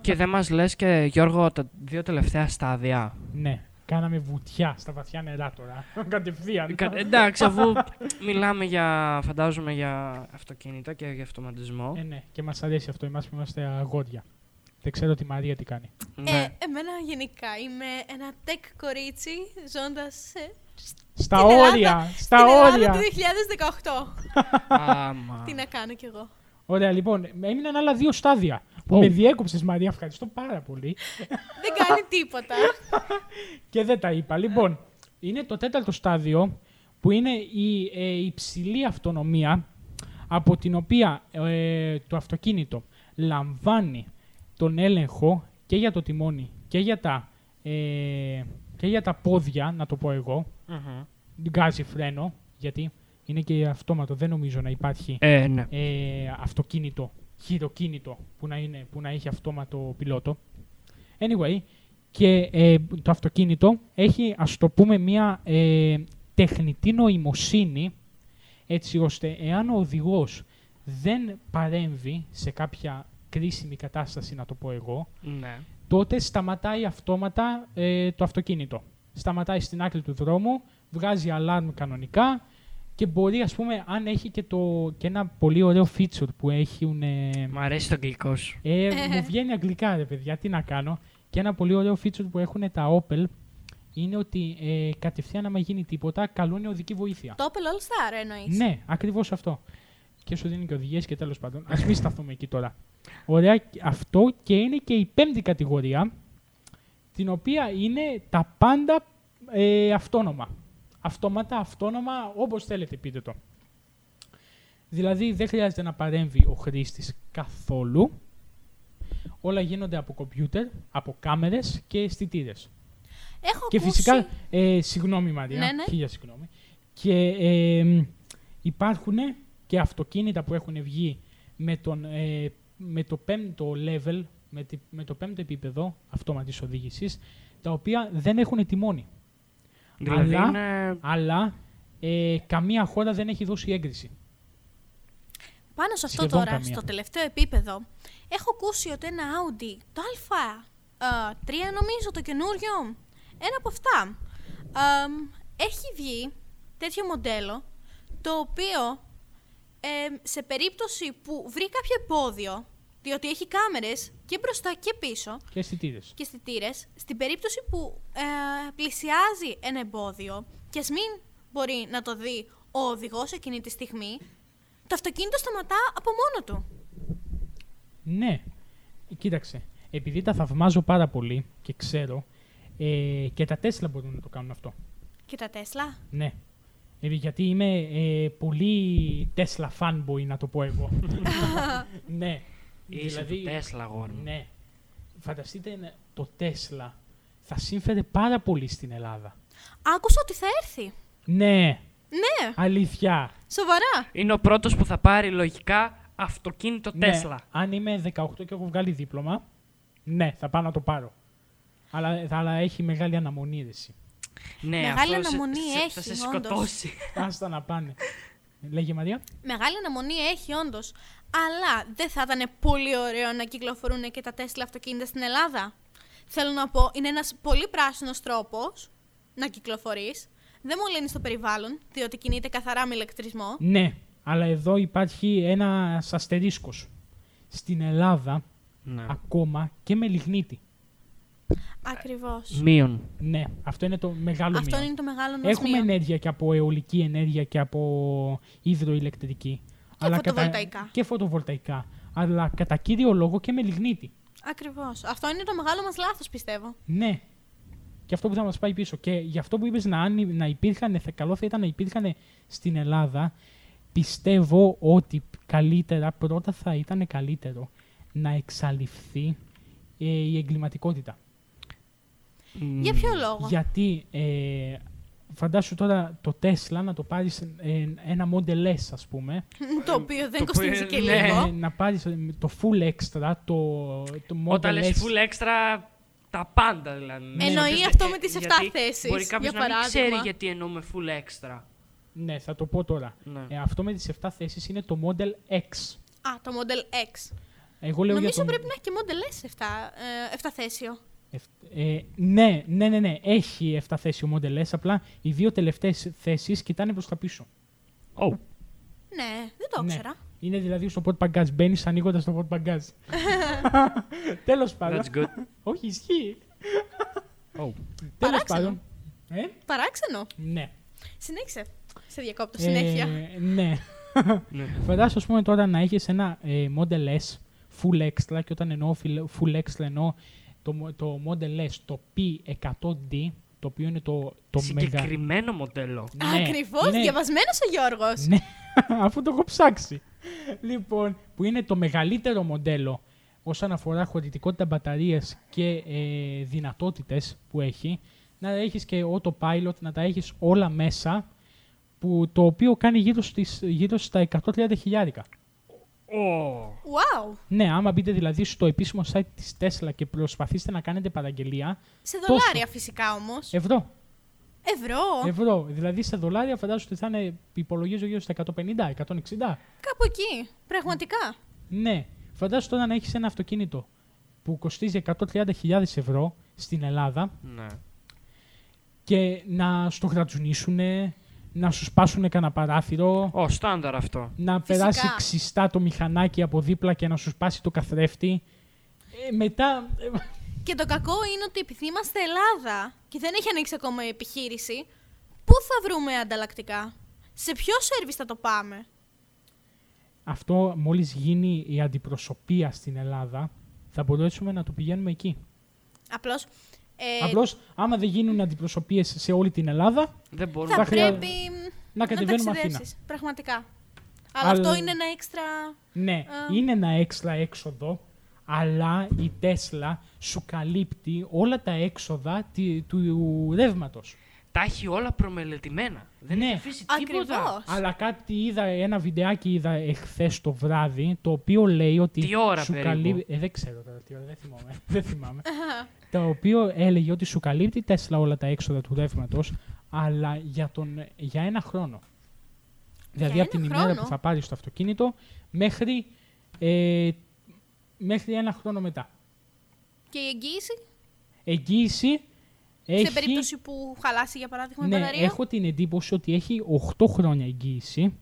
[SPEAKER 3] και δεν μας λες και Γιώργο τα δύο τελευταία στάδια.
[SPEAKER 1] Ναι, κάναμε βουτιά στα βαθιά νερά τώρα. *laughs* Κατευθείαν.
[SPEAKER 3] Κα- Εντάξει, αφού μιλάμε για, φαντάζομαι, για αυτοκίνητα και για αυτοματισμό.
[SPEAKER 1] Ε, ναι, και μας αρέσει αυτό εμάς που είμαστε αγόρια. Δεν ξέρω τη Μαρία τι κάνει.
[SPEAKER 3] ναι.
[SPEAKER 2] Ε, εμένα γενικά είμαι ένα tech κορίτσι ζώντας
[SPEAKER 1] Στα
[SPEAKER 2] Στην Ελλάδα-
[SPEAKER 1] όρια! Στα
[SPEAKER 2] στην Ελλάδα
[SPEAKER 1] όρια!
[SPEAKER 2] του 2018.
[SPEAKER 3] Άμα.
[SPEAKER 2] Τι να κάνω κι εγώ.
[SPEAKER 1] Ωραία, λοιπόν, έμειναν άλλα δύο στάδια. Που
[SPEAKER 3] Ω.
[SPEAKER 1] με διέκοψες, Μαρία, ευχαριστώ πάρα πολύ.
[SPEAKER 2] Δεν κάνει
[SPEAKER 1] *laughs*
[SPEAKER 2] τίποτα.
[SPEAKER 1] Και δεν τα είπα. Λοιπόν, είναι το τέταρτο στάδιο που είναι η ε, υψηλή αυτονομία από την οποία ε, το αυτοκίνητο λαμβάνει τον έλεγχο και για το τιμόνι και για τα, ε, και για τα πόδια, να το πω εγώ,
[SPEAKER 3] Μμμ.
[SPEAKER 1] γκάζει φρένο, γιατί είναι και αυτόματο, δεν νομίζω να υπάρχει
[SPEAKER 3] Ε, ναι.
[SPEAKER 1] ε, αυτοκίνητο, χειροκίνητο που να, είναι, που να έχει αυτόματο πιλότο. Anyway, και ε, το αυτοκίνητο έχει, ας το πούμε, μία ε, τεχνητή νοημοσύνη, έτσι ώστε εάν ο οδηγός δεν παρέμβει σε κάποια κρίσιμη κατάσταση, να το πω εγώ,
[SPEAKER 3] ναι.
[SPEAKER 1] τότε σταματάει αυτόματα ε, το αυτοκίνητο. Σταματάει στην άκρη του δρόμου, βγάζει αλάρμ κανονικά και μπορεί, ας πούμε, αν έχει και, το, και ένα πολύ ωραίο feature που έχουν... Ε,
[SPEAKER 3] Μ' αρέσει το αγγλικό σου.
[SPEAKER 1] ε, μου βγαίνει αγγλικά, ρε παιδιά, τι να κάνω. Και ένα πολύ ωραίο feature που έχουν τα Opel είναι ότι ε, κατευθείαν άμα γίνει τίποτα, καλούν οδική βοήθεια.
[SPEAKER 2] Το Opel All Star εννοείς.
[SPEAKER 1] Ναι, ακριβώς αυτό. Και σου δίνει και οδηγίες και τέλος πάντων. Ας μην σταθούμε εκεί τώρα. Ωραία, αυτό και είναι και η πέμπτη κατηγορία, την οποία είναι τα πάντα ε, αυτόνομα. Αυτόματα, αυτόνομα, όπως θέλετε, πείτε το. Δηλαδή, δεν χρειάζεται να παρέμβει ο χρήστης καθόλου. Όλα γίνονται από κομπιούτερ, από κάμερες και αισθητήρες.
[SPEAKER 2] Έχω
[SPEAKER 1] Και
[SPEAKER 2] ακούσει...
[SPEAKER 1] φυσικά, ε, συγγνώμη Μαρία,
[SPEAKER 2] Ναι, ναι.
[SPEAKER 1] χίλια συγγνώμη. Και ε, υπάρχουν και αυτοκίνητα που έχουν βγει με, τον, ε, με το πέμπτο level, με, τη- με το πέμπτο επίπεδο αυτόματης οδήγησης, τα οποία δεν έχουν τιμόνι.
[SPEAKER 3] Δηλαδή
[SPEAKER 1] Αλλά-
[SPEAKER 3] είναι...
[SPEAKER 1] Αλλά ε, καμία χώρα δεν έχει δώσει έγκριση.
[SPEAKER 2] Πάνω σε αυτό
[SPEAKER 1] Σχεδόν
[SPEAKER 2] τώρα,
[SPEAKER 1] καμία.
[SPEAKER 2] στο τελευταίο επίπεδο, έχω ακούσει ότι ένα Audi, το α3 νομίζω το καινούριο, ένα από αυτά, ε, έχει βγει τέτοιο μοντέλο, το οποίο ε, σε περίπτωση που βρει κάποιο εμπόδιο, διότι έχει κάμερες και μπροστά και πίσω,
[SPEAKER 1] Και αισθητήρες.
[SPEAKER 2] και αισθητήρες, στην περίπτωση που ε, πλησιάζει ένα εμπόδιο και ας μην μπορεί να το δει ο οδηγός εκείνη τη στιγμή, το αυτοκίνητο σταματά από μόνο του.
[SPEAKER 1] Ναι, κοίταξε. Επειδή τα θαυμάζω πάρα πολύ και ξέρω, ε, και τα Τέσλα μπορούν να το κάνουν αυτό.
[SPEAKER 2] Και τα Τέσλα.
[SPEAKER 1] Ναι. Ε, Γιατί είμαι ε, πολύ Tesla fanboy, να το πω εγώ. ναι. Δηλαδή,
[SPEAKER 3] Είσαι του Τέσλα, αγόρι μου.
[SPEAKER 1] Ναι. Φανταστείτε ναι, το Tesla θα σύμφερε πάρα πολύ στην Ελλάδα.
[SPEAKER 2] Άκουσα ότι θα έρθει.
[SPEAKER 1] Ναι,
[SPEAKER 2] Ναι,
[SPEAKER 1] αλήθεια.
[SPEAKER 2] σοβαρά.
[SPEAKER 3] Είναι ο πρώτος που θα πάρει λογικά αυτοκίνητο Τέσλα.
[SPEAKER 1] Ναι, αν είμαι 18 και έχω βγάλει δίπλωμα, ναι, θα πάω να το πάρω. Αλλά, θα- αλλά έχει μεγάλη αναμονή ρε εσύ.
[SPEAKER 3] Ναι,
[SPEAKER 2] Μεγάλη
[SPEAKER 3] αυτό σε-
[SPEAKER 2] αναμονή
[SPEAKER 3] σε-
[SPEAKER 2] έχει,
[SPEAKER 3] Θα σε
[SPEAKER 2] όντως.
[SPEAKER 3] σκοτώσει.
[SPEAKER 1] Άστα να πάνε. Λέγε Μαρία.
[SPEAKER 2] Μεγάλη αναμονή έχει όντως. Αλλά δεν θα ήταν πολύ ωραίο να κυκλοφορούν και τα Τέσλα αυτοκίνητα στην Ελλάδα. Θέλω να πω, είναι ένας πολύ πράσινος τρόπος να κυκλοφορείς. Δεν μολύνει το περιβάλλον, διότι κινείται καθαρά με ηλεκτρισμό.
[SPEAKER 1] Ναι, αλλά εδώ υπάρχει ένας αστερίσκος. Στην Ελλάδα
[SPEAKER 3] Ναι.
[SPEAKER 1] ακόμα και με λιγνίτη.
[SPEAKER 2] Ακριβώς.
[SPEAKER 3] Μείον.
[SPEAKER 1] Ναι, αυτό είναι το μεγάλο
[SPEAKER 2] Αυτό
[SPEAKER 1] μείον.
[SPEAKER 2] είναι το μεγάλο μας
[SPEAKER 1] Έχουμε ενέργεια και από αιωλική ενέργεια και από υδροηλεκτρική.
[SPEAKER 2] Και φωτοβολταϊκά.
[SPEAKER 1] Και φωτοβολταϊκά. Αλλά κατά κύριο λόγο και με λιγνίτη.
[SPEAKER 2] Ακριβώς. Αυτό είναι το μεγάλο μας λάθος, πιστεύω.
[SPEAKER 1] Ναι. Και αυτό που θα μας πάει πίσω. Και γι' αυτό που είπες να, αν- να υπήρχαν, θα- καλό θα ήταν να υπήρχαν στην Ελλάδα. Πιστεύω ότι καλύτερα, πρώτα θα ήταν καλύτερο να εξαλειφθεί ε, η εγκληματικότητα.
[SPEAKER 2] Για ποιο λόγο.
[SPEAKER 1] Γιατί ε, φαντάσου τώρα το Τέσλα να το πάρεις ένα Model S, ας πούμε.
[SPEAKER 2] το οποίο
[SPEAKER 3] το
[SPEAKER 2] δεν κοστίζει
[SPEAKER 3] οποίο-
[SPEAKER 2] και
[SPEAKER 3] ναι.
[SPEAKER 2] λίγο.
[SPEAKER 1] Ε, να πάρεις το full extra, το, το Model
[SPEAKER 3] Όταν λες
[SPEAKER 1] S.
[SPEAKER 3] full extra, τα πάντα δηλαδή.
[SPEAKER 2] Εννοεί
[SPEAKER 3] Κάποιος-
[SPEAKER 2] αυτό με
[SPEAKER 3] ε,
[SPEAKER 2] τις
[SPEAKER 3] γιατί
[SPEAKER 2] εφτά θέσεις,
[SPEAKER 3] Μπορεί κάποιος
[SPEAKER 2] για
[SPEAKER 3] να μην
[SPEAKER 2] παράδειγμα.
[SPEAKER 3] ξέρει γιατί εννοούμε full extra.
[SPEAKER 1] Ναι, θα το πω τώρα.
[SPEAKER 3] Ναι.
[SPEAKER 1] Ε, αυτό με τις 7 θέσεις είναι το Model X.
[SPEAKER 2] Α, το Model X.
[SPEAKER 1] Εγώ λέω
[SPEAKER 2] Νομίζω
[SPEAKER 1] για τον...
[SPEAKER 2] πρέπει να έχει και Model S 7, ε, 7 θέσιο.
[SPEAKER 1] Εφ- Ε, ναι, ναι, ναι, ναι. Έχει 7 θέσεις ο Model S, απλά οι δύο τελευταίες θέσεις κοιτάνε προς τα πίσω.
[SPEAKER 3] Oh.
[SPEAKER 2] Ναι, δεν το ήξερα.
[SPEAKER 1] Ναι. Είναι δηλαδή στο port bagage. Μπαίνεις ανοίγοντας το port bagage. Τέλος πάντων.
[SPEAKER 3] That's good.
[SPEAKER 1] *laughs* Όχι, ισχύει.
[SPEAKER 3] Oh.
[SPEAKER 1] Τέλος
[SPEAKER 2] Παράξενο.
[SPEAKER 1] πάντων. Ε,
[SPEAKER 2] Παράξενο.
[SPEAKER 1] ναι.
[SPEAKER 2] Συνέχισε. Σε διακόπτω συνέχεια.
[SPEAKER 1] Ε, ναι.
[SPEAKER 3] Ναι.
[SPEAKER 1] Φαντάσου, ας πούμε, τώρα να έχει ένα ε, Model S full extra και όταν εννοώ φιλ- full extra εννοώ το, μο- το Model S, το P100D, το οποίο είναι το, το μεγα...
[SPEAKER 3] Συγκεκριμένο μοντέλο.
[SPEAKER 1] ναι,
[SPEAKER 2] Ακριβώς,
[SPEAKER 1] ναι.
[SPEAKER 2] διαβασμένος ο Γιώργος.
[SPEAKER 1] *laughs* Ναι, αφού το έχω ψάξει. Λοιπόν, που είναι το μεγαλύτερο μοντέλο όσον αφορά χωρητικότητα μπαταρίας και ε, δυνατότητες που έχει, να έχεις και autopilot, να τα έχεις όλα μέσα, που, το οποίο κάνει γύρω, στις, γύρω στα 130 χιλιάρικα.
[SPEAKER 3] Oh.
[SPEAKER 2] Wow.
[SPEAKER 1] Ναι, άμα μπείτε δηλαδή στο επίσημο site της Tesla και προσπαθήσετε να κάνετε παραγγελία,
[SPEAKER 2] Σε
[SPEAKER 1] Τόσο.
[SPEAKER 2] δολάρια φυσικά όμως.
[SPEAKER 1] ευρώ,
[SPEAKER 2] Ευρώ.
[SPEAKER 1] ευρώ. Δηλαδή σε δολάρια φαντάζομαι ότι θα είναι, υπολογίζω γύρω στα 150, 160.
[SPEAKER 2] Κάπου εκεί. Πραγματικά.
[SPEAKER 1] Ναι. Φαντάσου τώρα να έχεις ένα αυτοκίνητο που κοστίζει 130.000 ευρώ στην Ελλάδα
[SPEAKER 3] Ναι.
[SPEAKER 1] και να στο γρατζουνίσουν, να σου σπάσουν κανένα παράθυρο,
[SPEAKER 3] Ω, στάνταρ αυτό.
[SPEAKER 1] να
[SPEAKER 2] Φυσικά.
[SPEAKER 1] περάσει ξιστά το μηχανάκι από δίπλα και να σου σπάσει το καθρέφτη. Ε, μετά. ε,
[SPEAKER 2] Και το κακό είναι ότι επειδή είμαστε Ελλάδα και δεν έχει ανοίξει ακόμα η επιχείρηση, πού θα βρούμε ανταλλακτικά. Σε ποιο σερβις θα το πάμε.
[SPEAKER 1] Αυτό μόλις γίνει η αντιπροσωπεία στην Ελλάδα, θα μπορέσουμε να το πηγαίνουμε εκεί.
[SPEAKER 2] Απλώς. Ε,
[SPEAKER 1] Απλώς, άμα δεν γίνουν αντιπροσωπείες σε όλη την Ελλάδα,
[SPEAKER 3] Δεν μπορούμε.
[SPEAKER 2] θα
[SPEAKER 1] θα χρειά-
[SPEAKER 2] πρέπει
[SPEAKER 1] να κατεβαίνουμε Αθήνα.
[SPEAKER 2] ταξιδέψεις, Πραγματικά.
[SPEAKER 1] Αλλά-
[SPEAKER 2] Αλλά αυτό είναι ένα έξτρα.
[SPEAKER 1] Ναι,
[SPEAKER 2] Ε.
[SPEAKER 1] είναι ένα έξτρα έξοδο, αλλά η Τέσλα σου καλύπτει όλα τα έξοδα τη- του ρεύματος.
[SPEAKER 3] Τα έχει όλα προμελετημένα. Δεν
[SPEAKER 1] Ναι.
[SPEAKER 3] έχει αφήσει
[SPEAKER 2] Ακριβώ.
[SPEAKER 3] τίποτα.
[SPEAKER 1] Αλλά κάτι είδα, ένα βιντεάκι είδα εχθές το βράδυ, το οποίο λέει ότι.
[SPEAKER 3] Τι ώρα
[SPEAKER 1] σου
[SPEAKER 3] περίπου?
[SPEAKER 1] καλύπτει. Ε, δεν ξέρω τώρα τι ώρα, δεν θυμάμαι. *laughs* δεν θυμάμαι. το οποίο έλεγε ότι σου καλύπτει η Τέσλα όλα τα έξοδα του ρεύματος, αλλά για, τον, για ένα χρόνο. Δηλαδή
[SPEAKER 2] Για
[SPEAKER 1] από την
[SPEAKER 2] ένα
[SPEAKER 1] ημέρα
[SPEAKER 2] χρόνο?
[SPEAKER 1] που θα πάρεις το αυτοκίνητο μέχρι, ε, μέχρι ένα χρόνο μετά.
[SPEAKER 2] Και η εγγύηση,
[SPEAKER 1] Εγγύηση έχει...
[SPEAKER 2] σε περίπτωση που χαλάσει για παράδειγμα η
[SPEAKER 1] ναι,
[SPEAKER 2] μπαταρία.
[SPEAKER 1] έχω την εντύπωση ότι έχει 8 χρόνια εγγύηση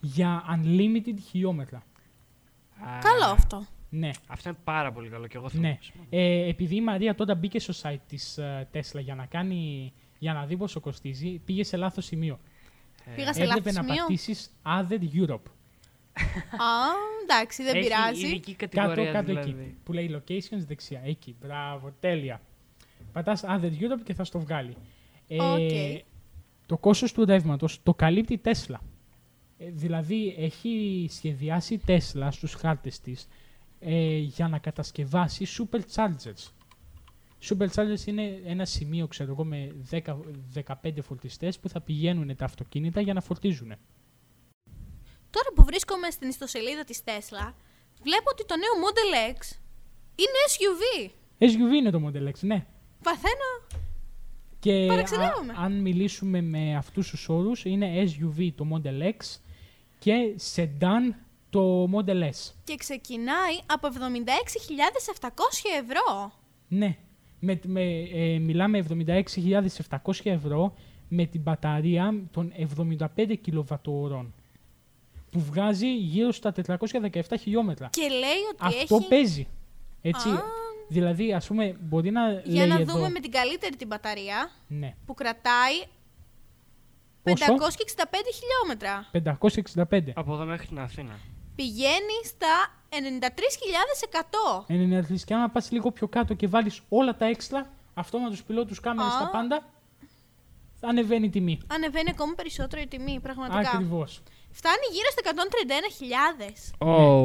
[SPEAKER 1] για unlimited χιλιόμετρα.
[SPEAKER 3] Α,
[SPEAKER 2] Καλό αυτό.
[SPEAKER 1] Ναι.
[SPEAKER 3] Αυτό είναι πάρα πολύ καλό και εγώ θέλω.
[SPEAKER 1] Ναι. Ε, επειδή η Μαρία τότε μπήκε στο site της ε, Tesla για να, κάνει, για να δει πόσο κοστίζει, πήγε σε λάθος σημείο.
[SPEAKER 3] Ε,
[SPEAKER 2] Πήγα σε
[SPEAKER 1] Έπρεπε
[SPEAKER 2] λάθος
[SPEAKER 1] να
[SPEAKER 2] σημείο.
[SPEAKER 1] πατήσεις Other Europe.
[SPEAKER 2] Α, εντάξει, δεν
[SPEAKER 3] Έχει
[SPEAKER 2] πειράζει.
[SPEAKER 3] ειδική
[SPEAKER 1] Κάτω,
[SPEAKER 3] κατηγορία
[SPEAKER 1] κάτω
[SPEAKER 3] δηλαδή.
[SPEAKER 1] εκεί. Που λέει locations δεξιά. Εκεί. Μπράβο, τέλεια. Πατάς Other Europe και θα στο βγάλει. Ε,
[SPEAKER 2] Οκ.
[SPEAKER 1] Το κόστος του ρεύματο το καλύπτει η Tesla. Ε, δηλαδή έχει σχεδιάσει η Tesla στους χάρτες της ε, για να κατασκευάσει superchargers. Superchargers είναι ένα σημείο, ξέρω εγώ, με 10, 15 φορτιστές που θα πηγαίνουν τα αυτοκίνητα για να φορτίζουν.
[SPEAKER 2] Τώρα που βρίσκομαι στην ιστοσελίδα της Tesla, βλέπω ότι το νέο Model X είναι SUV.
[SPEAKER 1] SUV είναι το Model X, ναι.
[SPEAKER 2] Παθαίνω.
[SPEAKER 1] Και
[SPEAKER 2] Παραξενεύομαι.
[SPEAKER 1] αν μιλήσουμε με αυτούς τους όρους, είναι SUV το Model X και sedan το Model S.
[SPEAKER 2] Και ξεκινάει από 76.700 ευρώ.
[SPEAKER 1] Ναι. Με, με, ε, μιλάμε 76.700 ευρώ με την μπαταρία των 75 κιλοβατόρων που βγάζει γύρω στα 417 χιλιόμετρα.
[SPEAKER 2] Και λέει ότι
[SPEAKER 1] Αυτό
[SPEAKER 2] έχει...
[SPEAKER 1] παίζει. Έτσι.
[SPEAKER 2] Α.
[SPEAKER 1] Δηλαδή, ας πούμε, μπορεί να
[SPEAKER 2] Για
[SPEAKER 1] λέει
[SPEAKER 2] να
[SPEAKER 1] εδώ...
[SPEAKER 2] δούμε με την καλύτερη την μπαταρία
[SPEAKER 1] Ναι.
[SPEAKER 2] που κρατάει
[SPEAKER 1] Πόσο?
[SPEAKER 2] 565 χιλιόμετρα.
[SPEAKER 1] 565.
[SPEAKER 3] Από εδώ μέχρι την Αθήνα.
[SPEAKER 2] Πηγαίνει στα 93.100.
[SPEAKER 1] 93 και άμα πας λίγο πιο κάτω και βάλεις όλα τα έξτρα, αυτόματος πιλότους, κάμερες,
[SPEAKER 2] Α.
[SPEAKER 1] τα πάντα, θα ανεβαίνει η τιμή.
[SPEAKER 2] Ανεβαίνει ακόμα περισσότερο η τιμή, πραγματικά.
[SPEAKER 1] Ακριβώς.
[SPEAKER 2] Φτάνει γύρω στα 131.000.
[SPEAKER 3] Ναι.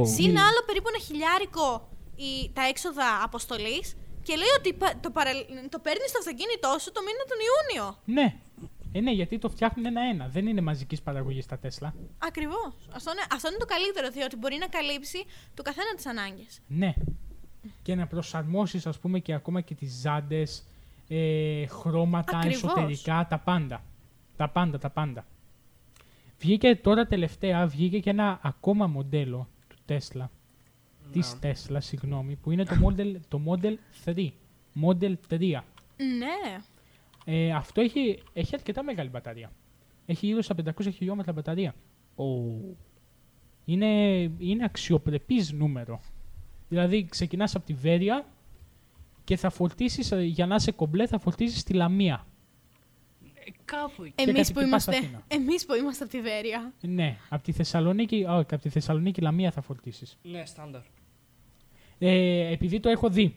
[SPEAKER 2] Συν άλλο περίπου ένα χιλιάρικο η, τα έξοδα αποστολής και λέει ότι πα- το, παρα, το παίρνεις στο αυτοκίνητό σου το μήνα τον Ιούνιο.
[SPEAKER 1] Ναι. Ε, ναι, γιατί το φτιάχνουν ένα-ένα. Δεν είναι μαζικής παραγωγής τα Τέσλα.
[SPEAKER 2] Ακριβώς. Αυτό, είναι- αυτό είναι το καλύτερο, διότι μπορεί να καλύψει το καθένα τις ανάγκες.
[SPEAKER 1] Ναι. Και να προσαρμόσεις, ας πούμε, και ακόμα και τις ζάντες, ε, χρώματα,
[SPEAKER 2] Ακριβώς.
[SPEAKER 1] εσωτερικά, τα πάντα. Τα πάντα, τα πάντα. Βγήκε τώρα τελευταία, βγήκε και ένα ακόμα μοντέλο του Τέσλα. Της Τέσλα, συγγνώμη, που είναι το Model, το model 3. Model 3.
[SPEAKER 2] Ναι.
[SPEAKER 1] Ε, αυτό έχει, έχει αρκετά μεγάλη μπαταρία. Έχει γύρω στα 500 χιλιόμετρα μπαταρία. Είναι, είναι αξιοπρεπής νούμερο. Δηλαδή ξεκινάς από τη Βέρεια και θα φορτίσεις, ε, για να είσαι κομπλέ, θα φορτίσεις τη Λαμία.
[SPEAKER 3] Ε, κάπου εκεί.
[SPEAKER 2] Εμείς
[SPEAKER 1] κάτι
[SPEAKER 2] που,
[SPEAKER 1] και πας
[SPEAKER 2] είμαστε,
[SPEAKER 1] Αθήνα.
[SPEAKER 2] εμείς που είμαστε από τη Βέρεια.
[SPEAKER 1] Ναι, από τη Θεσσαλονίκη, α, όχι, από τη Θεσσαλονίκη Λαμία θα φορτίσεις.
[SPEAKER 3] Ναι, στάνταρ.
[SPEAKER 1] Ε, επειδή το έχω δει,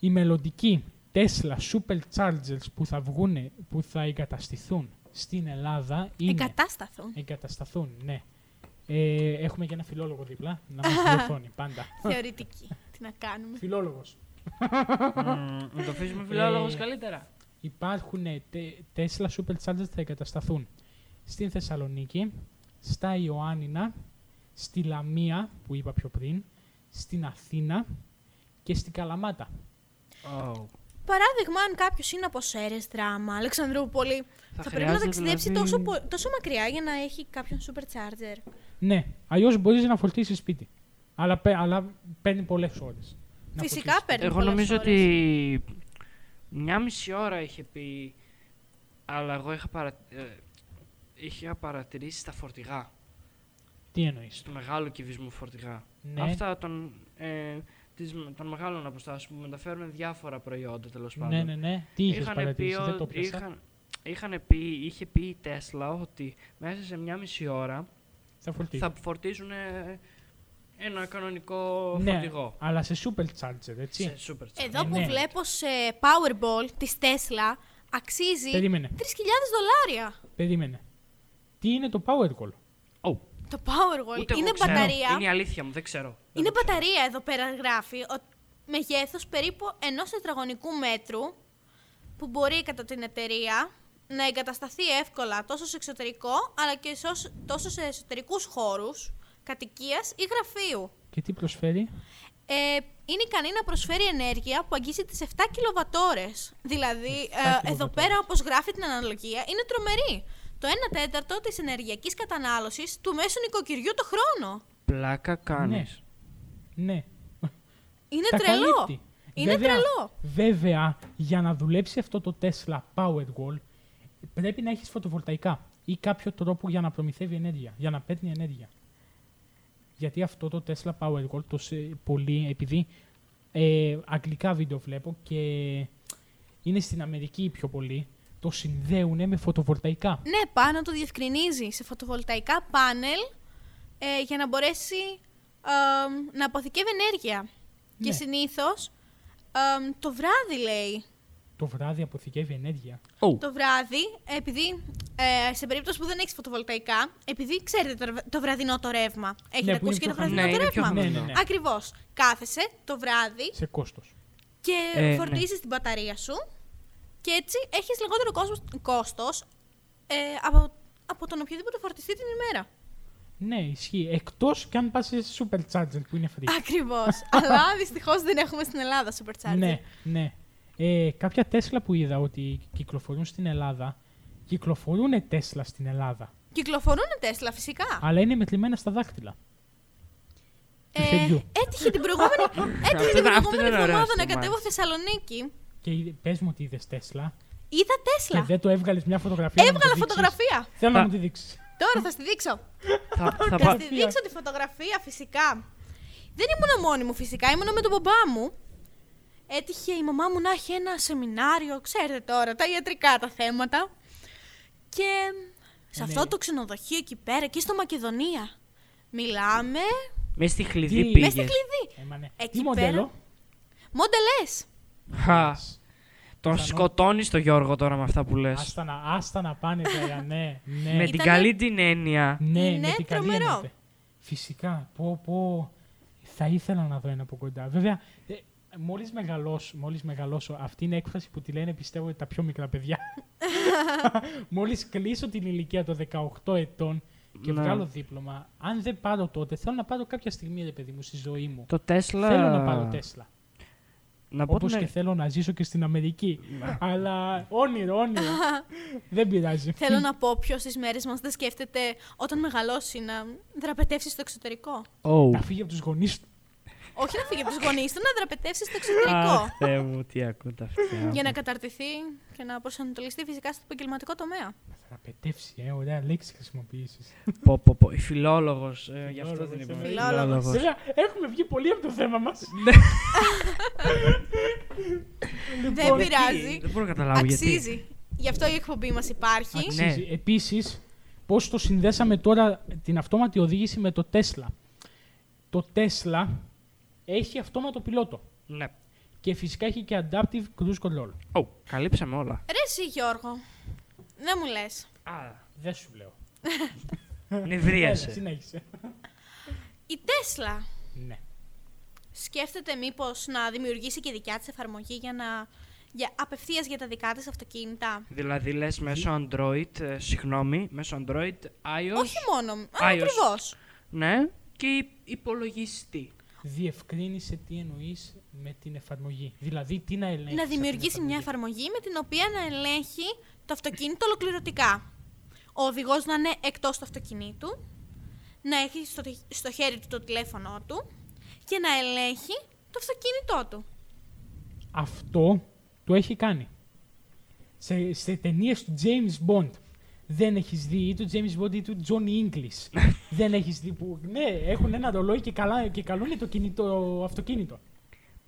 [SPEAKER 1] οι μελλοντικοί Tesla Superchargers που θα βγούνε, που θα εγκαταστηθούν στην Ελλάδα είναι...
[SPEAKER 2] Εγκατάσταθον.
[SPEAKER 1] Εγκατασταθούν, ναι. Ε, έχουμε και ένα φιλόλογο δίπλα, να μας διορθώνει πάντα.
[SPEAKER 2] Θεωρητική. τι να κάνουμε.
[SPEAKER 1] Φιλόλογος.
[SPEAKER 3] Μμμ, Να το αφήσουμε φιλόλογος
[SPEAKER 1] Ε,
[SPEAKER 3] καλύτερα.
[SPEAKER 1] Υπάρχουν ε, τε, Tesla Superchargers θα εγκατασταθούν στην Θεσσαλονίκη, στα Ιωάννινα, στη Λαμία που είπα πιο πριν, στην Αθήνα και στην Καλαμάτα.
[SPEAKER 2] *laughs* Παράδειγμα, αν κάποιος είναι από Σέρε, Δράμα, Αλεξανδρούπολη, θα, πρέπει να
[SPEAKER 3] χρειάζεται
[SPEAKER 2] ταξιδέψει
[SPEAKER 3] δηλαδή-
[SPEAKER 2] τόσο, πο- τόσο μακριά για να έχει κάποιον supercharger.
[SPEAKER 1] Ναι, αλλιώς μπορείς να φορτίσεις σπίτι. Αλλά, παί- αλλά παίρνει πολλές ώρες.
[SPEAKER 2] Φυσικά παίρνει.
[SPEAKER 3] Εγώ
[SPEAKER 2] πολλές
[SPEAKER 3] νομίζω
[SPEAKER 2] ώρες.
[SPEAKER 3] ότι μια μισή ώρα είχε πει, αλλά εγώ είχα, παρα... ε, είχα παρατηρήσει στα φορτηγά,
[SPEAKER 1] Τι εννοείς.
[SPEAKER 3] στο μεγάλο κυβισμό φορτηγά.
[SPEAKER 1] Ναι.
[SPEAKER 3] Αυτά των, ε, της, των μεγάλων αποστάσεων που μεταφέρουν διάφορα προϊόντα τέλος πάντων.
[SPEAKER 1] Ναι, ναι, ναι. Τι είχες
[SPEAKER 3] Είχανε
[SPEAKER 1] παρατηρήσει,
[SPEAKER 3] πει
[SPEAKER 1] δεν
[SPEAKER 3] ο-
[SPEAKER 1] το πιάσα.
[SPEAKER 3] είχαν- είχανε πει, είχε πει η Τέσλα ότι μέσα σε μια μισή ώρα
[SPEAKER 1] Θα φορτίσει.
[SPEAKER 3] θα φορτίζουν ένα κανονικό
[SPEAKER 1] Ναι,
[SPEAKER 3] φορτηγό.
[SPEAKER 1] αλλά σε supercharger, έτσι.
[SPEAKER 3] Σε σούπερ τσάκ.
[SPEAKER 2] Εδώ που
[SPEAKER 1] ναι.
[SPEAKER 2] βλέπω σε Powerball της Tesla αξίζει 3.000
[SPEAKER 1] Περίμενε,
[SPEAKER 2] δολάρια.
[SPEAKER 1] περίμενε. Τι είναι το Powercall.
[SPEAKER 3] Ω,
[SPEAKER 2] Το Powerball
[SPEAKER 3] ούτε εγώ
[SPEAKER 2] είναι
[SPEAKER 3] ξέρω.
[SPEAKER 2] μπαταρία.
[SPEAKER 3] Είναι η αλήθεια μου, δεν ξέρω. Δεν
[SPEAKER 2] Είναι
[SPEAKER 3] το ξέρω.
[SPEAKER 2] μπαταρία εδώ πέρα γράφει ο... μεγέθους περίπου ενός τετραγωνικού μέτρου που μπορεί κατά την εταιρεία να εγκατασταθεί εύκολα τόσο σε εξωτερικό αλλά και σε όσ- τόσο σε εσωτερικούς χώρους κατοικίας ή γραφείου.
[SPEAKER 1] Και τι προσφέρει.
[SPEAKER 2] ε, είναι ικανή να προσφέρει ενέργεια που αγγίζει τις 7 κιλοβατόρες. Δηλαδή,
[SPEAKER 1] 7
[SPEAKER 2] ε, εδώ
[SPEAKER 1] κιλοβατόρες.
[SPEAKER 2] πέρα, όπως γράφει την αναλογία, είναι τρομερή. Το 1 τέταρτο της ενεργειακής κατανάλωσης του μέσου νοικοκυριού το χρόνο.
[SPEAKER 3] Πλάκα κάνεις.
[SPEAKER 1] Ναι.
[SPEAKER 2] Είναι
[SPEAKER 1] Τα
[SPEAKER 2] τρελό.
[SPEAKER 1] καλύπτει.
[SPEAKER 2] Είναι
[SPEAKER 1] Βέβαια-
[SPEAKER 2] τρελό.
[SPEAKER 1] Βέβαια, για να δουλέψει αυτό το Tesla Powerwall, πρέπει να έχεις φωτοβολταϊκά ή κάποιο τρόπο για να προμηθεύει ενέργεια, για να παίρνει ενέργεια. Γιατί αυτό το Tesla Powerwall, το σε, πολύ, επειδή ε, αγγλικά βίντεο βλέπω και είναι στην Αμερική πιο πολύ, το συνδέουν με φωτοβολταϊκά.
[SPEAKER 2] Ναι, πάνω το διευκρινίζει σε φωτοβολταϊκά πάνελ ε, για να μπορέσει ε, να αποθηκεύει ενέργεια. Και
[SPEAKER 1] Ναι.
[SPEAKER 2] συνήθως ε, το βράδυ λέει
[SPEAKER 1] Το βράδυ αποθηκεύει ενέργεια.
[SPEAKER 2] το βράδυ, επειδή ε, σε περίπτωση που δεν έχεις φωτοβολταϊκά, επειδή ξέρετε το, το βραδινό το ρεύμα. Έχετε
[SPEAKER 1] Ναι, που
[SPEAKER 2] ακούσει και
[SPEAKER 1] είναι
[SPEAKER 2] το
[SPEAKER 1] πιο
[SPEAKER 2] βραδινό το
[SPEAKER 3] χαμηλό. Ναι, είναι πιο
[SPEAKER 2] ρεύμα.
[SPEAKER 3] χαμηλό.
[SPEAKER 1] Ναι, ναι, ναι.
[SPEAKER 2] Ακριβώς. Κάθεσαι το βράδυ
[SPEAKER 1] Σε κόστος.
[SPEAKER 2] και
[SPEAKER 3] Ε, ναι.
[SPEAKER 2] φορτίζεις την μπαταρία σου και έτσι έχεις λιγότερο κόσμο- κόστος ε, από, από τον οποιοδήποτε φορτιστή την ημέρα.
[SPEAKER 1] Ναι, ισχύει. Εκτός και αν πας σε Supercharger που είναι free. *laughs*
[SPEAKER 2] Ακριβώς. Αλλά δυστυχώς δεν έχουμε στην Ελλάδα supercharger.
[SPEAKER 1] Ναι, ναι. Ε, κάποια Τέσλα που είδα ότι κυκλοφορούν στην Ελλάδα, κυκλοφορούν Τέσλα στην Ελλάδα.
[SPEAKER 2] Κυκλοφορούν Τέσλα φυσικά.
[SPEAKER 1] Αλλά είναι μετρημένα στα δάχτυλα. του χεριού.
[SPEAKER 2] Ε, έτυχε την προηγούμενη,
[SPEAKER 1] *laughs*
[SPEAKER 2] έτυχε
[SPEAKER 3] Αυτό
[SPEAKER 2] την
[SPEAKER 3] είναι- αυτό
[SPEAKER 2] προηγούμενη
[SPEAKER 3] είναι ένα ωραίο
[SPEAKER 2] εβδομάδα να
[SPEAKER 3] αίσθημα.
[SPEAKER 2] κατέβω Θεσσαλονίκη.
[SPEAKER 1] Και είδε- πες μου ότι είδες Τέσλα
[SPEAKER 2] Είδα
[SPEAKER 1] και
[SPEAKER 2] Τέσλα.
[SPEAKER 1] δεν το έβγαλες μια φωτογραφία. να μου
[SPEAKER 2] Έβγαλα
[SPEAKER 1] τη δείξεις.
[SPEAKER 2] φωτογραφία.
[SPEAKER 1] Θέλω να
[SPEAKER 3] Α.
[SPEAKER 1] μου τη δείξεις.
[SPEAKER 2] Τώρα θα στη δείξω.
[SPEAKER 3] θα, θα
[SPEAKER 2] Θα
[SPEAKER 3] πα...
[SPEAKER 2] στη δείξω τη φωτογραφία φυσικά. Δεν ήμουν μόνη μου φυσικά, ήμουν με τον μπαμπά μου. Έτυχε η μαμά μου να έχει ένα σεμινάριο, ξέρετε τώρα, τα ιατρικά τα θέματα. Και σε
[SPEAKER 1] Ναι.
[SPEAKER 2] αυτό το ξενοδοχείο εκεί πέρα, εκεί στο Μακεδονία, μιλάμε
[SPEAKER 3] Μες στη
[SPEAKER 1] Τι-
[SPEAKER 3] χλειδί
[SPEAKER 2] μέσα στη
[SPEAKER 3] πήγε.
[SPEAKER 2] κλειδί.
[SPEAKER 1] Ε, μα ναι.
[SPEAKER 2] Εκεί
[SPEAKER 1] Τι μοντέλο.
[SPEAKER 2] Μοντελές.
[SPEAKER 3] Τον
[SPEAKER 1] Πιθανό.
[SPEAKER 3] σκοτώνεις τον Γιώργο τώρα με αυτά που λες.
[SPEAKER 1] Άστα να, άστα να πάνε τα ναι, ναι.
[SPEAKER 3] Με την
[SPEAKER 2] Ε, Ήτανε-
[SPEAKER 3] καλή την έννοια.
[SPEAKER 1] Ναι,
[SPEAKER 2] Είναι
[SPEAKER 1] με την καλή
[SPEAKER 2] τρομερό.
[SPEAKER 1] εννοείται. Φυσικά. Πω, πω. Θα ήθελα να δω ένα από κοντά. Βέβαια, ε, μόλις μεγαλώσω, μόλις μεγαλώσω, αυτή είναι έκφραση που τη λένε πιστεύω τα πιο μικρά παιδιά. μόλις κλείσω την ηλικία των 18 ετών και
[SPEAKER 3] Ναι.
[SPEAKER 1] βγάλω δίπλωμα, αν δεν πάρω τότε, θέλω να πάρω κάποια στιγμή, ρε παιδί μου, στη ζωή μου.
[SPEAKER 3] Το Τέσλα.
[SPEAKER 1] Θέλω να πάρω Τέσλα.
[SPEAKER 3] Να πω
[SPEAKER 1] Όπως
[SPEAKER 3] την
[SPEAKER 1] και
[SPEAKER 3] αλη-
[SPEAKER 1] θέλω να ζήσω και στην Αμερική. Αλλά όνειρο, όνειρο. δεν πειράζει.
[SPEAKER 2] Θέλω να πω ποιος στις μέρες μας δεν σκέφτεται όταν μεγαλώσει να δραπετεύσει στο εξωτερικό.
[SPEAKER 3] Ω.
[SPEAKER 1] να φύγει από τους γονείς του.
[SPEAKER 2] Όχι να φύγει από τους γονείς του, να δραπετεύσεις στο εξωτερικό.
[SPEAKER 3] Αχ, Θεέ μου, τι ακούω τα αυτιά
[SPEAKER 2] για να
[SPEAKER 3] μου.
[SPEAKER 2] καταρτηθεί και να προσανατολιστεί φυσικά στο επαγγελματικό τομέα.
[SPEAKER 1] Θα πετεύσει, ε, ωραία λέξη χρησιμοποιήσεις.
[SPEAKER 3] Πω, πω, πω. Φιλόλογος, ε, γι' αυτό δεν
[SPEAKER 1] Φιλόλογος,
[SPEAKER 3] είπαμε.
[SPEAKER 1] ε.
[SPEAKER 2] Φιλόλογος.
[SPEAKER 1] Βέβαια, έχουμε βγει πολύ από το θέμα μας.
[SPEAKER 2] Δεν πειράζει.
[SPEAKER 3] Δεν μπορώ να καταλάβω γιατί.
[SPEAKER 2] Αξίζει. Γι' αυτό η εκπομπή μας υπάρχει.
[SPEAKER 3] Αξίζει.
[SPEAKER 1] Επίσης, Επίσης, πώς το συνδέσαμε τώρα την αυτόματη οδήγηση με το Tesla. Το Tesla έχει αυτόματο πιλότο
[SPEAKER 3] Ναι.
[SPEAKER 1] και φυσικά έχει και adaptive cruise control.
[SPEAKER 3] Ω, καλύψαμε όλα.
[SPEAKER 2] Ρε εσύ Γιώργο, δεν μου λες.
[SPEAKER 3] Α,
[SPEAKER 1] Δεν σου λέω. Έλα,
[SPEAKER 3] νευρίασε.
[SPEAKER 1] συνέχισε.
[SPEAKER 2] Η Τέσλα
[SPEAKER 1] ναι.
[SPEAKER 2] σκέφτεται μήπως να δημιουργήσει και δικιά της εφαρμογή για να... Για, απευθείας για τα δικά της αυτοκίνητα.
[SPEAKER 3] Δηλαδή λες μέσω Android, ε, συγγνώμη, μέσω Android, iOS,
[SPEAKER 2] Όχι μόνο,
[SPEAKER 3] iOS.
[SPEAKER 2] ακριβώς.
[SPEAKER 3] ναι, και υ- υπολογιστή.
[SPEAKER 1] Διευκρίνησε τι εννοείς με την εφαρμογή. Δηλαδή, τι να ελέγχει.
[SPEAKER 2] Να δημιουργήσει μια εφαρμογή με την οποία να ελέγχει το αυτοκίνητο ολοκληρωτικά. Ο οδηγός να είναι εκτός του αυτοκινήτου, να έχει στο, στο χέρι του το τηλέφωνο του και να ελέγχει το αυτοκίνητό του.
[SPEAKER 1] Αυτό το έχει κάνει. Σε, σε ταινίες του James Bond. Δεν έχεις δει ή του James Bond ή του Johnny English. Δεν έχεις δει που. Ναι, έχουν ένα ρολόι και, καλά, και καλούν το, κινητό, το αυτοκίνητο.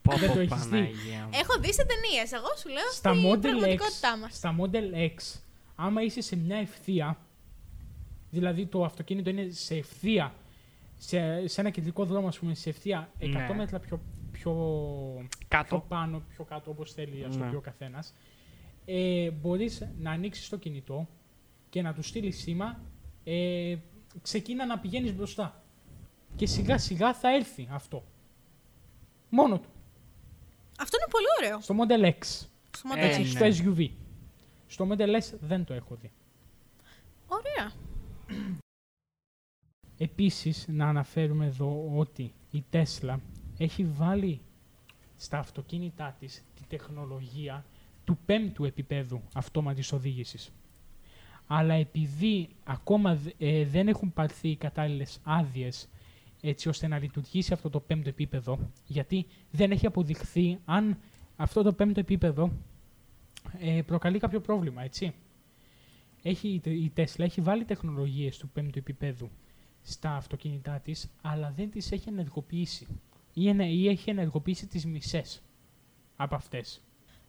[SPEAKER 3] Πω,
[SPEAKER 1] Δεν
[SPEAKER 3] πω,
[SPEAKER 1] το έχεις δει.
[SPEAKER 3] Παναγία μου.
[SPEAKER 2] Έχω δει σε ταινίες. Εγώ σου λέω
[SPEAKER 1] Στα
[SPEAKER 2] στην
[SPEAKER 1] Model, X,
[SPEAKER 2] πραγματικότητά μας.
[SPEAKER 1] στα Model X, άμα είσαι σε μια ευθεία, δηλαδή το αυτοκίνητο είναι σε ευθεία, σε, σε ένα κεντρικό δρόμο, ας πούμε, σε ευθεία 100
[SPEAKER 3] Ναι.
[SPEAKER 1] μέτρα πιο, πιο, πιο
[SPEAKER 3] Κάτω.
[SPEAKER 1] πάνω, πιο κάτω, όπως θέλει ας το
[SPEAKER 3] Ναι.
[SPEAKER 1] πει ο καθένας, ε, μπορείς να ανοίξεις το κινητό και να του στείλει σήμα, ε, ξεκίνα να πηγαίνεις μπροστά. Και σιγά σιγά θα έρθει αυτό. Μόνο του.
[SPEAKER 2] Αυτό είναι πολύ ωραίο.
[SPEAKER 1] Στο Model X.
[SPEAKER 2] Στο Model
[SPEAKER 3] Ε,
[SPEAKER 1] Έτσι,
[SPEAKER 2] X.
[SPEAKER 1] στο
[SPEAKER 3] ναι.
[SPEAKER 1] SUV. Στο Model S δεν το έχω δει.
[SPEAKER 2] Ωραία.
[SPEAKER 1] Επίσης, να αναφέρουμε εδώ ότι η Tesla έχει βάλει στα αυτοκίνητά της τη τεχνολογία του πέμπτου επίπεδου αυτόματης οδήγησης. Αλλά επειδή ακόμα δε- ε, δεν έχουν πάρθει οι κατάλληλες άδειες έτσι ώστε να λειτουργήσει αυτό το πέμπτο επίπεδο, γιατί δεν έχει αποδειχθεί αν αυτό το πέμπτο επίπεδο ε, προκαλεί κάποιο πρόβλημα, έτσι. Έχει, η Τε- η Τέσλα έχει βάλει τεχνολογίες του πέμπτου επίπεδου στα αυτοκίνητά της, αλλά δεν τις έχει ενεργοποιήσει ή, ενε- ή έχει ενεργοποιήσει τις μισές από αυτές.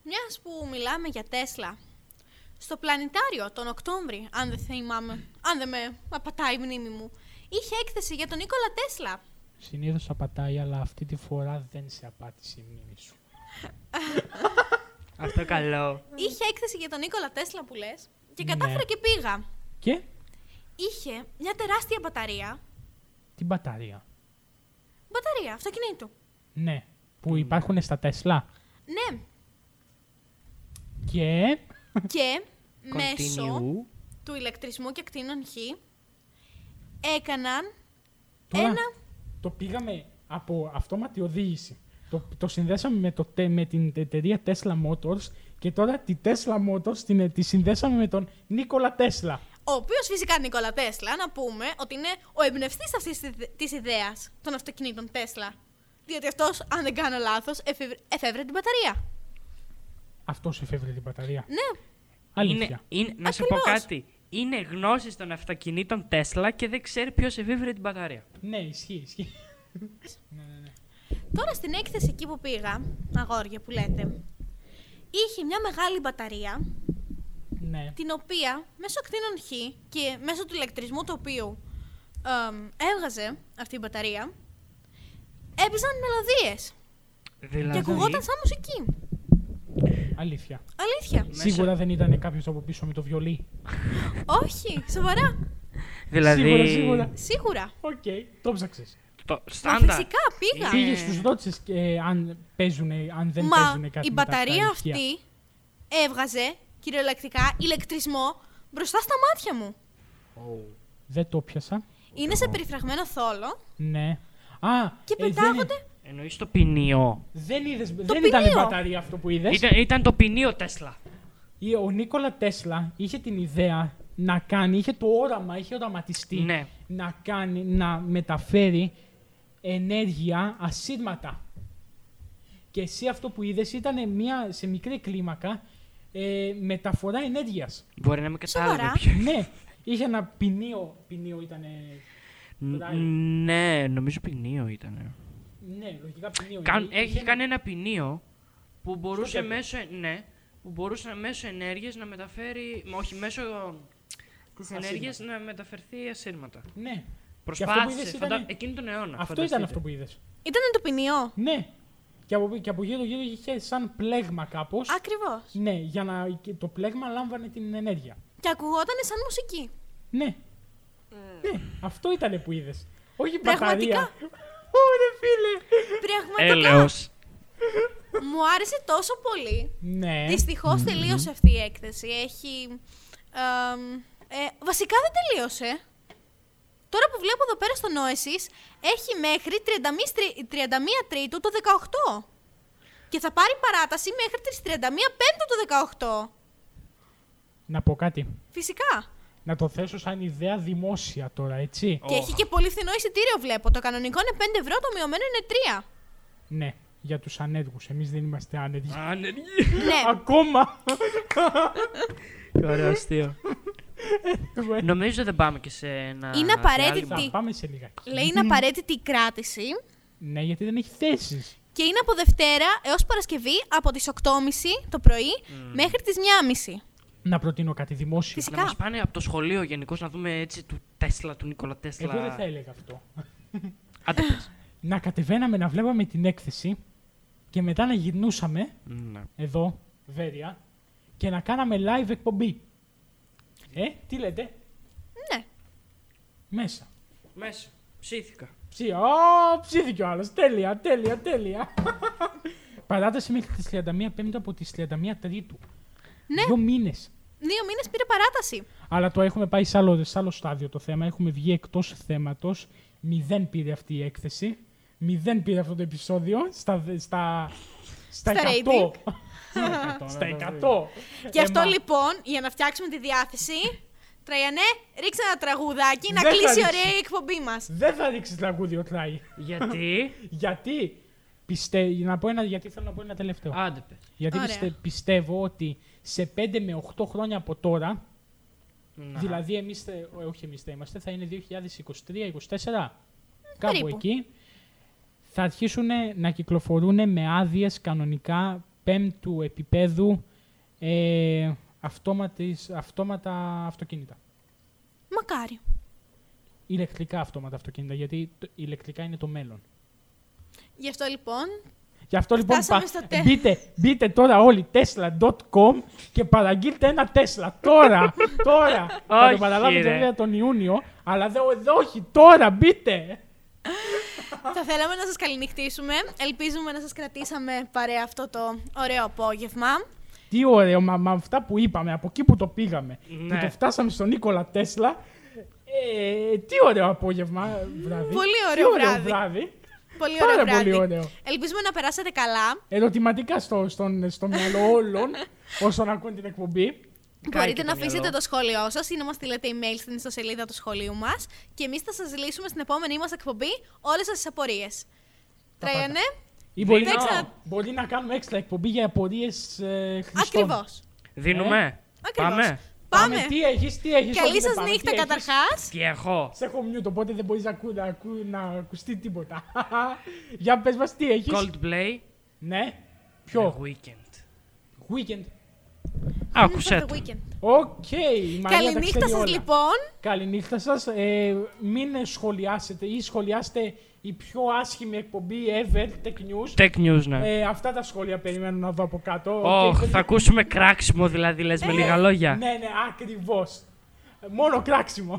[SPEAKER 2] Μιας που μιλάμε για Τέσλα, στο πλανητάριο τον Οκτώβρη, αν δεν θυμάμαι, αν δεν με απατάει η μνήμη μου, είχε έκθεση για τον Νίκολα Τέσλα.
[SPEAKER 1] Συνήθως απατάει, αλλά αυτή τη φορά δεν σε απάτησε η μνήμη σου.
[SPEAKER 3] Αυτό καλό.
[SPEAKER 2] Είχε έκθεση για τον Νίκολα Τέσλα που λες και
[SPEAKER 1] Ναι.
[SPEAKER 2] κατάφερα και πήγα.
[SPEAKER 1] Και
[SPEAKER 2] Είχε μια τεράστια μπαταρία,
[SPEAKER 1] την μπαταρία.
[SPEAKER 2] μπαταρία αυτοκινήτου.
[SPEAKER 1] Ναι, που υπάρχουν στα Τέσλα. *laughs*
[SPEAKER 2] Ναι,
[SPEAKER 1] Και
[SPEAKER 2] και μέσω
[SPEAKER 3] Continue.
[SPEAKER 2] του ηλεκτρισμού και κτίνων Χ έκαναν
[SPEAKER 1] τώρα
[SPEAKER 2] ένα
[SPEAKER 1] το πήγαμε από αυτόματη οδήγηση. Το, το συνδέσαμε με, το, τε- με την εταιρεία Tesla Motors και τώρα τη Tesla Motors την, ε, τη συνδέσαμε με τον Νίκολα Τέσλα.
[SPEAKER 2] Ο οποίος φυσικά Νίκολα Τέσλα, να πούμε ότι είναι ο εμπνευστής αυτής της ιδέας των αυτοκινήτων Τέσλα. Διότι αυτός, αν δεν κάνω λάθος, εφεύρε την μπαταρία.
[SPEAKER 1] Αυτός εφεύρε την μπαταρία.
[SPEAKER 2] Ναι,
[SPEAKER 1] Αλήθεια.
[SPEAKER 3] Είναι, είναι, να σου πω
[SPEAKER 2] Ακριβώς.
[SPEAKER 3] κάτι. Είναι γνώση των αυτοκινήτων Τέσλα και δεν ξέρει ποιος εφήβρε την μπαταρία.
[SPEAKER 1] Ναι, ισχύει, ισχύει.
[SPEAKER 2] τώρα στην έκθεση εκεί που πήγα, αγόρια που λέτε, είχε μια μεγάλη μπαταρία,
[SPEAKER 1] ναι.
[SPEAKER 2] την οποία μέσω κτίνων Χ και μέσω του ηλεκτρισμού του οποίου εμ, έβγαζε αυτή η μπαταρία, έπαιζαν μελωδίες
[SPEAKER 3] Δηλαδή,
[SPEAKER 2] και ακουγόταν σαν μουσική.
[SPEAKER 1] Αλήθεια.
[SPEAKER 2] Αλήθεια.
[SPEAKER 3] Μέσα-
[SPEAKER 1] Σίγουρα δεν ήταν κάποιος από πίσω με το βιολί.
[SPEAKER 2] Όχι, σοβαρά.
[SPEAKER 3] δηλαδή
[SPEAKER 1] Σίγουρα, σίγουρα.
[SPEAKER 2] Σίγουρα.
[SPEAKER 1] Οκ, το ψάξες.
[SPEAKER 3] Το
[SPEAKER 2] Μα
[SPEAKER 3] στάνταρ.
[SPEAKER 2] φυσικά πήγα.
[SPEAKER 1] Πήγες, τους ρώτησες ε, αν παίζουνε, αν δεν
[SPEAKER 2] Ε. Μα
[SPEAKER 1] παίζουνε κάτι.
[SPEAKER 2] η
[SPEAKER 1] με τα- τα
[SPEAKER 2] μπαταρία
[SPEAKER 1] ηχεία.
[SPEAKER 2] αυτή έβγαζε κυριολεκτικά ηλεκτρισμό μπροστά στα μάτια μου.
[SPEAKER 1] Δεν το πιασα.
[SPEAKER 2] Είναι σε περιφραγμένο θόλο
[SPEAKER 1] Ναι. Α,
[SPEAKER 2] και
[SPEAKER 1] ε, δεν-
[SPEAKER 2] πετάγονται.
[SPEAKER 3] Εννοείς το ποινίο.
[SPEAKER 1] Δεν, είδες, δεν
[SPEAKER 2] ποινίο.
[SPEAKER 1] ήταν η μπαταρία αυτό που είδες.
[SPEAKER 3] Ήταν, ήταν το ποινίο Τέσλα.
[SPEAKER 1] Ο Νίκολα Τέσλα είχε την ιδέα να κάνει, είχε το όραμα, είχε οραματιστεί
[SPEAKER 3] Ναι.
[SPEAKER 1] να κάνει, να μεταφέρει ενέργεια ασύρματα. Και εσύ αυτό που είδες ήταν μια, σε μικρή κλίμακα ε, μεταφορά ενέργειας.
[SPEAKER 3] Μπορεί να μην κατάλαβε
[SPEAKER 2] Σοβαρά.
[SPEAKER 3] ποιο.
[SPEAKER 1] ναι, είχε ένα ποινίο, ποινίο ήταν,
[SPEAKER 3] Ν- Ναι, νομίζω ποινίο ήταν.
[SPEAKER 1] ναι, λογικά ποινίο. Είχε-
[SPEAKER 3] Έχει
[SPEAKER 1] είχε-
[SPEAKER 3] κάνει ένα ποινίο που μπορούσε
[SPEAKER 1] κέντρο.
[SPEAKER 3] μέσω. ε- Ναι, που μπορούσε μέσω ενέργειας να μεταφέρει. μα Όχι, μέσω της
[SPEAKER 1] Ασύρματα.
[SPEAKER 3] ενέργεια να μεταφερθεί ασύρματα.
[SPEAKER 1] Ναι, που
[SPEAKER 3] Προσπάθησε
[SPEAKER 1] είδες
[SPEAKER 3] φαντα...
[SPEAKER 1] ήταν-
[SPEAKER 3] εκείνη τον αιώνα.
[SPEAKER 1] αυτό ήταν αυτό που είδες.
[SPEAKER 2] Ήταν το ποινιό.
[SPEAKER 1] Ναι. Και από, και από γύρω γύρω είχε σαν πλέγμα κάπως.
[SPEAKER 2] Ακριβώς.
[SPEAKER 1] Ναι, για να και το πλέγμα λάμβανε την ενέργεια.
[SPEAKER 2] Και ακουγόταν σαν μουσική.
[SPEAKER 1] Ναι. Ναι, αυτό ήταν που είδες. Όχι
[SPEAKER 2] Πραγματικά.
[SPEAKER 1] μπαταρία. Ωρε φίλε.
[SPEAKER 2] Πραγματικά
[SPEAKER 3] Έλεος.
[SPEAKER 2] μου άρεσε τόσο πολύ.
[SPEAKER 1] Ναι.
[SPEAKER 2] Δυστυχώς τελείωσε αυτή η έκθεση. Έχει. εμ, ε, βασικά δεν τελείωσε. Τώρα που βλέπω εδώ πέρα στο Νόεσης, έχει μέχρι 31 τρι- 31 Τρίτου το 18. Και θα πάρει παράταση μέχρι τις 31 Πέμπτου το 18.
[SPEAKER 1] Να πω κάτι.
[SPEAKER 2] Φυσικά.
[SPEAKER 1] Να το θέσω σαν ιδέα δημόσια τώρα, έτσι.
[SPEAKER 3] Ω.
[SPEAKER 2] Και έχει και πολύ φθηνό εισιτήριο, βλέπω. Το κανονικό είναι 5 ευρώ, το μειωμένο είναι 3.
[SPEAKER 1] Ναι, για τους ανέργους. Εμείς δεν είμαστε άνεργοι.
[SPEAKER 3] Α, ναι.
[SPEAKER 2] ναι,
[SPEAKER 1] Ακόμα.
[SPEAKER 3] Ωραίο αστείο. Νομίζω δεν πάμε και σε ένα.
[SPEAKER 2] Είναι απαραίτητη.
[SPEAKER 3] διάλειμμα.
[SPEAKER 1] Θα πάμε σε λιγάκι.
[SPEAKER 2] λέει είναι απαραίτητη η κράτηση
[SPEAKER 1] Ναι, γιατί δεν έχει θέσεις.
[SPEAKER 2] και είναι από Δευτέρα έως Παρασκευή από τις 8.30 το πρωί μέχρι τις 1.30.
[SPEAKER 1] Να προτείνω κάτι δημόσιο.
[SPEAKER 2] Φυσικά.
[SPEAKER 3] Να μας πάνε από το σχολείο γενικώς να δούμε έτσι του Τέσλα, του Νίκολα Τέσλα.
[SPEAKER 1] Εγώ δεν θα έλεγα αυτό.
[SPEAKER 3] Άντε πες.
[SPEAKER 1] να κατεβαίναμε να βλέπαμε την έκθεση και μετά να γυρνούσαμε
[SPEAKER 3] Ναι.
[SPEAKER 1] εδώ, Βέρεια, και να κάναμε live εκπομπή. Ε, τι λέτε,
[SPEAKER 2] Ναι.
[SPEAKER 1] μέσα.
[SPEAKER 3] Μέσα. Ψήθηκα.
[SPEAKER 1] Ψή, ο, ψήθηκε ο άλλος, τέλεια, τέλεια, τέλεια. *laughs* Παράταση μέχρι τις 31 Πέμπτου από τις 31 Τρίτου.
[SPEAKER 2] Ναι.
[SPEAKER 1] Δύο μήνες.
[SPEAKER 2] Δύο μήνες πήρε παράταση.
[SPEAKER 1] Αλλά το έχουμε πάει σε άλλο, σε άλλο στάδιο το θέμα. Έχουμε βγει εκτός θέματος. Μηδέν πήρε αυτή η έκθεση. Μηδέν πήρε αυτό το επεισόδιο στα, στα, στα, *laughs*
[SPEAKER 2] Στα
[SPEAKER 1] 100.
[SPEAKER 2] rating.
[SPEAKER 1] στα Ε, 100.
[SPEAKER 2] Γι' αυτό
[SPEAKER 1] Έμα,
[SPEAKER 2] λοιπόν, για να φτιάξουμε τη διάθεση, Τραϊανέ, ρίξε ένα τραγουδάκι να
[SPEAKER 1] Δεν θα
[SPEAKER 2] κλείσει
[SPEAKER 1] ρίξω.
[SPEAKER 2] ωραία η εκπομπή μας.
[SPEAKER 1] Δεν θα ρίξεις τραγούδι ο Τράι.
[SPEAKER 3] *laughs* Γιατί.
[SPEAKER 1] Γιατί πιστεύω. Να πω ένα, γιατί θέλω να πω ένα τελευταίο.
[SPEAKER 3] Άντε πες.
[SPEAKER 1] γιατί
[SPEAKER 2] Ωραία.
[SPEAKER 1] πιστε- πιστεύω ότι σε 5 με 8 χρόνια από τώρα,
[SPEAKER 3] Να.
[SPEAKER 1] δηλαδή εμείς. Όχι εμείς θα είμαστε, θα είναι 2023-2024. Κάπου
[SPEAKER 2] περίπου.
[SPEAKER 1] εκεί. Θα αρχίσουν να κυκλοφορούν με άδειες κανονικά πέμπτου επίπεδου ε, αυτόματης- αυτόματα αυτοκίνητα.
[SPEAKER 2] Μακάρι.
[SPEAKER 1] ηλεκτρικά αυτόματα αυτοκίνητα, γιατί το- ηλεκτρικά είναι το μέλλον.
[SPEAKER 2] Γι' αυτό λοιπόν,
[SPEAKER 1] Γι' αυτό λοιπόν
[SPEAKER 2] Φτάσαμε στο τέλος.
[SPEAKER 1] μπείτε, μπείτε τώρα όλοι tesla.com και παραγγείλτε ένα Tesla. Τώρα!
[SPEAKER 3] *laughs*
[SPEAKER 1] τώρα! θα το
[SPEAKER 3] Όχι,
[SPEAKER 1] παραλάβετε
[SPEAKER 3] ρε.
[SPEAKER 1] βέβαια τον Ιούνιο, αλλά δε, δε- όχι, τώρα μπείτε!
[SPEAKER 2] θα θέλαμε να σας καληνυχτήσουμε. Ελπίζουμε να σας κρατήσαμε παρέα αυτό το ωραίο απόγευμα.
[SPEAKER 1] Τι ωραίο, μα, μα αυτά που είπαμε, από εκεί που το πήγαμε,
[SPEAKER 3] Ναι.
[SPEAKER 1] που το φτάσαμε στον Νίκολα Τέσλα, ε, τι ωραίο απόγευμα, βράδυ.
[SPEAKER 2] Πολύ
[SPEAKER 1] Τι
[SPEAKER 2] ωραίο
[SPEAKER 1] ωραίο
[SPEAKER 2] βράδυ.
[SPEAKER 1] βράδυ.
[SPEAKER 2] Πολύ
[SPEAKER 1] Πάρα
[SPEAKER 2] ωραίο
[SPEAKER 1] πολύ
[SPEAKER 2] βράδυ.
[SPEAKER 1] ωραίο.
[SPEAKER 2] Ελπίζουμε να περάσετε καλά.
[SPEAKER 1] Ερωτηματικά στο, στον, στο μυαλό όλων όσων ακούν την εκπομπή.
[SPEAKER 2] Μπορείτε
[SPEAKER 3] το
[SPEAKER 2] να
[SPEAKER 3] μυαλό.
[SPEAKER 2] αφήσετε το σχόλιο σας ή να μας στείλετε email στην ιστοσελίδα του σχολείου μας και εμείς θα σας λύσουμε στην επόμενη μας εκπομπή όλες σας τις απορίες.
[SPEAKER 1] πάντα.
[SPEAKER 2] Τραϊανέ,
[SPEAKER 1] Ή μπορεί,
[SPEAKER 2] Δεν
[SPEAKER 1] να,
[SPEAKER 2] ξέρω.
[SPEAKER 1] μπορεί να κάνουμε έξτρα εκπομπή για απορίες ε, χρηστών.
[SPEAKER 2] ακριβώς.
[SPEAKER 3] Δίνουμε.
[SPEAKER 1] Ε?
[SPEAKER 2] Ακριβώς.
[SPEAKER 3] Πάμε.
[SPEAKER 2] Πάμε.
[SPEAKER 1] Τι έχεις, τι έχεις.
[SPEAKER 2] Καλή σα νύχτα καταρχά.
[SPEAKER 3] Τι έχω.
[SPEAKER 1] Σε έχω μιούτ, οπότε δεν μπορείς να, ακού, να, ακού, να ακουστεί τίποτα. *laughs* για πες μας, τι έχεις.
[SPEAKER 3] Coldplay.
[SPEAKER 1] Ναι.
[SPEAKER 3] The
[SPEAKER 1] Ποιο.
[SPEAKER 3] Weekend.
[SPEAKER 1] Weekend.
[SPEAKER 3] Άκουσε το.
[SPEAKER 1] Οκ. η Μαρία τα
[SPEAKER 2] Καληνύχτα
[SPEAKER 1] ξέρει
[SPEAKER 2] σας
[SPEAKER 1] όλα.
[SPEAKER 2] λοιπόν.
[SPEAKER 1] Καληνύχτα σας. Ε, μην σχολιάσετε ή σχολιάστε η πιο άσχημη εκπομπή ever, Tech News.
[SPEAKER 3] Tech News, ναι.
[SPEAKER 1] Ε, αυτά τα σχόλια περιμένω να δω από κάτω. Οκ,
[SPEAKER 3] Ωχ,
[SPEAKER 1] δεν-
[SPEAKER 3] θα ακούσουμε κράξιμο δηλαδή, λες
[SPEAKER 2] Ε,
[SPEAKER 3] με λίγα λόγια.
[SPEAKER 1] Ναι, ναι, ακριβώς. Μόνο κράξιμο.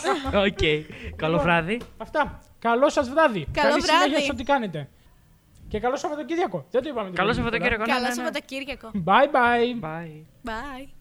[SPEAKER 1] *laughs*
[SPEAKER 3] Οκ. Καλό
[SPEAKER 1] ναι. Λοιπόν.
[SPEAKER 3] βράδυ.
[SPEAKER 1] Αυτά. Καλό σας βράδυ.
[SPEAKER 2] Καλό
[SPEAKER 1] Καλή συνέχεια
[SPEAKER 2] βράδυ.
[SPEAKER 1] σε ό,τι κάνετε. Και καλό Σαββατοκύριακο. Δεν το είπαμε. την
[SPEAKER 3] Καλό
[SPEAKER 1] προηγούμενη φορά.
[SPEAKER 3] Σαββατοκύριακο. ναι,
[SPEAKER 2] Καλό
[SPEAKER 3] ναι, ναι.
[SPEAKER 2] Σαββατοκύριακο.
[SPEAKER 1] Bye bye.
[SPEAKER 3] Bye.
[SPEAKER 2] Bye.